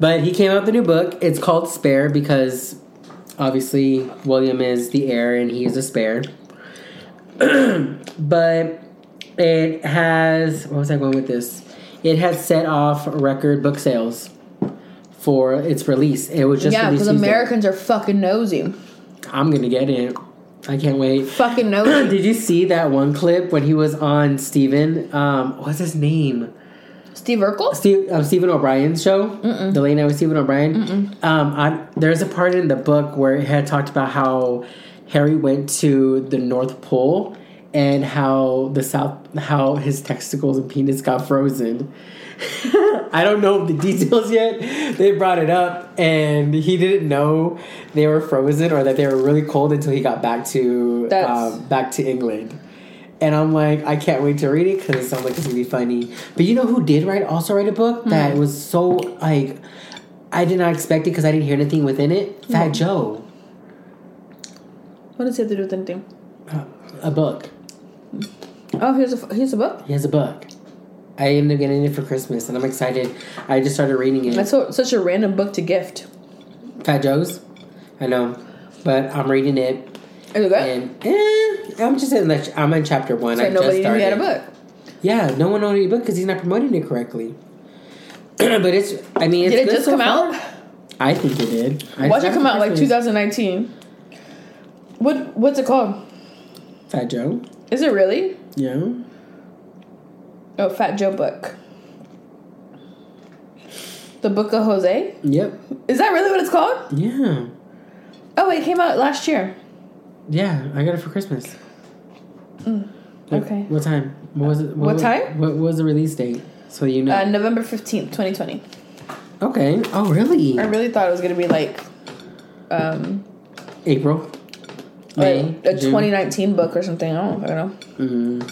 [SPEAKER 1] But he came out with a new book. It's called Spare because obviously William is the heir and he is a spare. <clears throat> but it has, what was I going with this? It has set off record book sales for its release. It was just
[SPEAKER 2] yeah,
[SPEAKER 1] released
[SPEAKER 2] because
[SPEAKER 1] Tuesday.
[SPEAKER 2] Americans are fucking nosy.
[SPEAKER 1] I'm gonna get it. I can't wait. <clears throat>
[SPEAKER 2] Fucking <coughs> nosy.
[SPEAKER 1] Did you see that one clip when he was on Steven? Um, what's his name?
[SPEAKER 2] Steve Urkel.
[SPEAKER 1] Steve, um, Stephen O'Brien's show, the late night with Stephen O'Brien. Um, I, there's a part in the book where it had talked about how Harry went to the North Pole and how the South, how his testicles and penis got frozen. I don't know the <laughs> details yet. They brought it up, and he didn't know they were frozen or that they were really cold until he got back to
[SPEAKER 2] That's-
[SPEAKER 1] um, back to England. And I'm like, I can't wait to read it because it sounds like it's gonna be funny. But you know who did write also write a book that was so like I did not expect it because I didn't hear anything within it. Fat Joe,
[SPEAKER 2] What does he have to do with anything?
[SPEAKER 1] a book.
[SPEAKER 2] Oh, here's a here's a book.
[SPEAKER 1] He has a book. I ended up getting it for Christmas, and I'm excited. I just started reading it.
[SPEAKER 2] That's so, such a random book to gift.
[SPEAKER 1] Fat Joe's. I know, but I'm reading it,
[SPEAKER 2] Is it good?
[SPEAKER 1] and eh, I'm just in. Like, I'm in chapter one.
[SPEAKER 2] So
[SPEAKER 1] I
[SPEAKER 2] nobody
[SPEAKER 1] just
[SPEAKER 2] knew he had a
[SPEAKER 1] started.
[SPEAKER 2] book.
[SPEAKER 1] Yeah, no one owned any book because he's not promoting it correctly. <clears throat> but it's. I mean, it's
[SPEAKER 2] Did it
[SPEAKER 1] good
[SPEAKER 2] just
[SPEAKER 1] so
[SPEAKER 2] come
[SPEAKER 1] far.
[SPEAKER 2] out?
[SPEAKER 1] I think it did. I
[SPEAKER 2] Watch
[SPEAKER 1] just
[SPEAKER 2] it come
[SPEAKER 1] got
[SPEAKER 2] out like
[SPEAKER 1] Christmas.
[SPEAKER 2] 2019. What what's it called?
[SPEAKER 1] Fat Joe.
[SPEAKER 2] Is it really?
[SPEAKER 1] Yeah.
[SPEAKER 2] Oh, Fat Joe book. The Book of Jose.
[SPEAKER 1] Yep.
[SPEAKER 2] Is that really what it's called?
[SPEAKER 1] Yeah.
[SPEAKER 2] Oh, it came out last year.
[SPEAKER 1] Yeah. I got it for Christmas. Like,
[SPEAKER 2] okay.
[SPEAKER 1] What time? What was it?
[SPEAKER 2] What
[SPEAKER 1] was-
[SPEAKER 2] time?
[SPEAKER 1] What was the release date? So you know.
[SPEAKER 2] Uh, November 15th, 2020.
[SPEAKER 1] okay. Oh, really?
[SPEAKER 2] I really thought it was going to be like um,
[SPEAKER 1] April.
[SPEAKER 2] a,
[SPEAKER 1] May,
[SPEAKER 2] a
[SPEAKER 1] Oh, June.
[SPEAKER 2] 2019 book or something. I don't fucking know.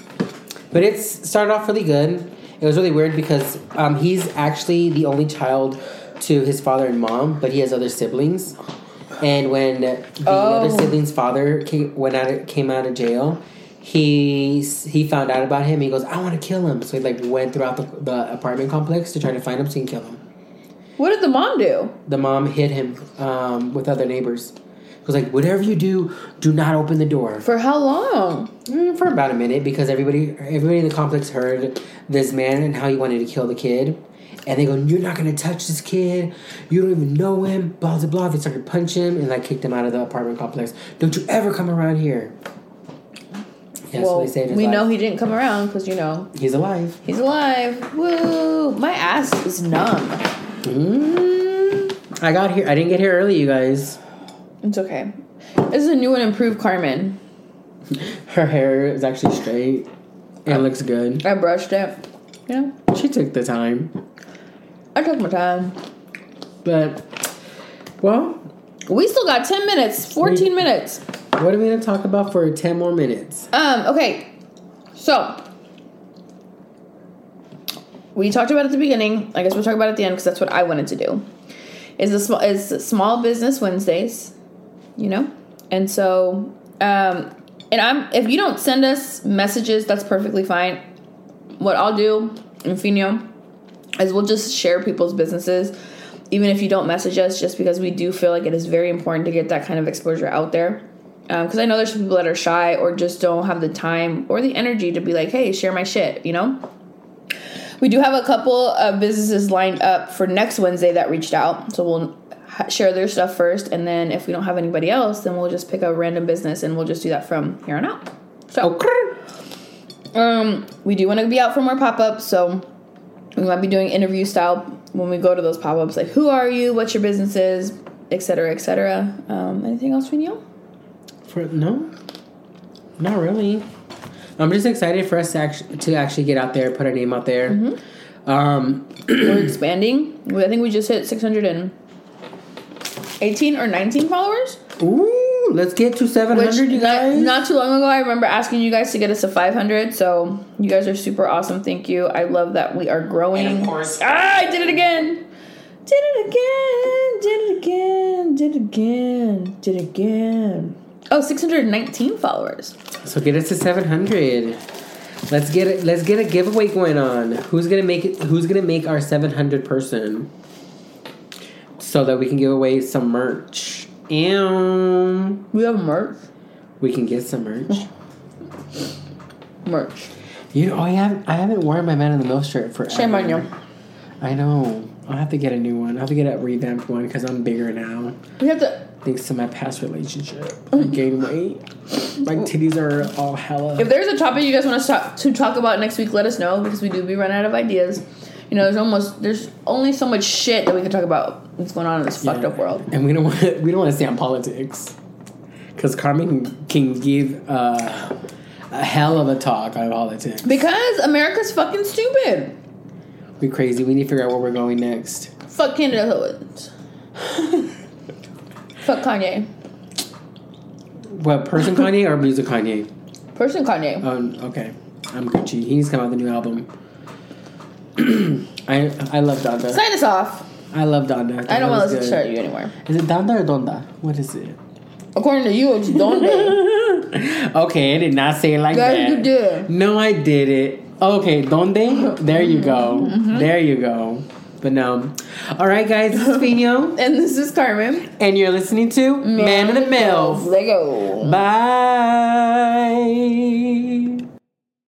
[SPEAKER 1] But it started off really good. It was really weird because um, he's actually the only child to his father and mom, but he has other siblings. And when the other
[SPEAKER 2] Oh.
[SPEAKER 1] sibling's father came, went out of, came out of jail, he s- he found out about him. He goes, "I want to kill him." So he like went throughout the, the apartment complex to try to find him so he can kill him.
[SPEAKER 2] What did the mom do?
[SPEAKER 1] The mom hit him um, with other neighbors. He was like, "Whatever you do, do not open the door."
[SPEAKER 2] For how long?
[SPEAKER 1] Mm, for about a minute because everybody everybody in the complex heard this man and how he wanted to kill the kid. And they go, You're not gonna touch this kid, you don't even know him, blah blah blah. They started punching him and like kicked him out of the apartment complex. Don't you ever come around here. Yeah, so
[SPEAKER 2] well,
[SPEAKER 1] they saved his
[SPEAKER 2] we
[SPEAKER 1] life.
[SPEAKER 2] know he didn't come around because, you know,
[SPEAKER 1] he's alive.
[SPEAKER 2] he's alive. Woo! My ass is numb.
[SPEAKER 1] Mm, I got here I didn't get here early, you guys. <laughs>
[SPEAKER 2] It's okay. This is a new and improved Carmen.
[SPEAKER 1] Her hair is actually straight and looks good.
[SPEAKER 2] I brushed it. You know,
[SPEAKER 1] She took the time.
[SPEAKER 2] I took my time.
[SPEAKER 1] But well,
[SPEAKER 2] We still got 10 minutes, 14
[SPEAKER 1] We-
[SPEAKER 2] minutes.
[SPEAKER 1] what are we gonna talk about for ten more minutes?
[SPEAKER 2] Um, okay. So we talked about it at the beginning. I guess we'll talk about it at the end because that's what I wanted to do. Is the small is small business Wednesdays, you know? And so um and I'm if you don't send us messages, that's perfectly fine. What I'll do, Infinio, is we'll just share people's businesses. Even if you don't message us, just because we do feel like it is very important to get that kind of exposure out there because Um, I know there's some people that are shy or just don't have the time or the energy to be like, hey, share my shit, you know? We do have a couple of businesses lined up for next Wednesday that reached out, so we'll ha- share their stuff first, and then if we don't have anybody else, then we'll just pick a random business and we'll just do that from here on out. So, um, we do want to be out for more pop ups, so we might be doing interview style when we go to those pop ups, like who are you, what your business is, et cetera, et cetera. Um, anything else from you?
[SPEAKER 1] For no, not really. I'm just excited for us to actually, to actually get out there, put our name out there.
[SPEAKER 2] Mm-hmm.
[SPEAKER 1] Um,
[SPEAKER 2] we're expanding. We- I think we just hit 618 or 19 followers.
[SPEAKER 1] ooh, let's get to 700,
[SPEAKER 2] Which
[SPEAKER 1] you guys.
[SPEAKER 2] not, not too long ago, I remember asking you guys to get us to 500. So you guys are super awesome. Thank you. I love that we are growing.
[SPEAKER 5] And of course-
[SPEAKER 2] ah, I did it again. Did it again. Did it again. Did it again. Did it again. Oh, 619 followers.
[SPEAKER 1] so get us to 700. Let's get it. Let's get a giveaway going on. Who's gonna make it? Who's gonna make our 700 person? So that we can give away some merch. And
[SPEAKER 2] We have merch.
[SPEAKER 1] we can get some merch.
[SPEAKER 2] Mm-hmm. Merch.
[SPEAKER 1] You know, I haven't I haven't worn my Man in the Mill shirt for
[SPEAKER 2] Shame on you.
[SPEAKER 1] I know. I'll have to get a new one. I'll have to get a revamped one because I'm bigger now.
[SPEAKER 2] We have to.
[SPEAKER 1] Thanks to my past relationship, I gained weight. My titties are all hella.
[SPEAKER 2] Mm. If there's a topic you guys want us to talk, to talk about next week, let us know because we do be running out of ideas. You know, there's almost there's only so much shit that we can talk about that's going on in this
[SPEAKER 1] Yeah.
[SPEAKER 2] fucked up world.
[SPEAKER 1] and we don't want we don't want to stay on politics because Carmen can give uh, a hell of a talk on politics.
[SPEAKER 2] Because America's fucking stupid.
[SPEAKER 1] We crazy. We need to figure out where we're going next.
[SPEAKER 2] Fuck
[SPEAKER 1] <laughs>
[SPEAKER 2] Canada. Fuck Kanye.
[SPEAKER 1] What person Kanye or music Kanye?
[SPEAKER 2] Person Kanye.
[SPEAKER 1] Um, okay, I'm Gucci. He needs to come out with a new album. <clears throat> I I love Donda.
[SPEAKER 2] Sign us off.
[SPEAKER 1] I love Donda.
[SPEAKER 2] I don't
[SPEAKER 1] Donda
[SPEAKER 2] want to
[SPEAKER 1] was
[SPEAKER 2] listen to
[SPEAKER 1] good.
[SPEAKER 2] shit at you anymore.
[SPEAKER 1] Is it Donda or Donda? What is it? <laughs>
[SPEAKER 2] According to you, it's Donda.
[SPEAKER 1] okay, I did not say it like
[SPEAKER 2] Yes,
[SPEAKER 1] that.
[SPEAKER 2] you did.
[SPEAKER 1] No, I did it. Okay, donde? There you go. There you go. But no. All right, guys, this is Pino,
[SPEAKER 2] and this is Carmen.
[SPEAKER 1] and you're listening to Man, of the Mill.
[SPEAKER 2] Lego.
[SPEAKER 1] Bye.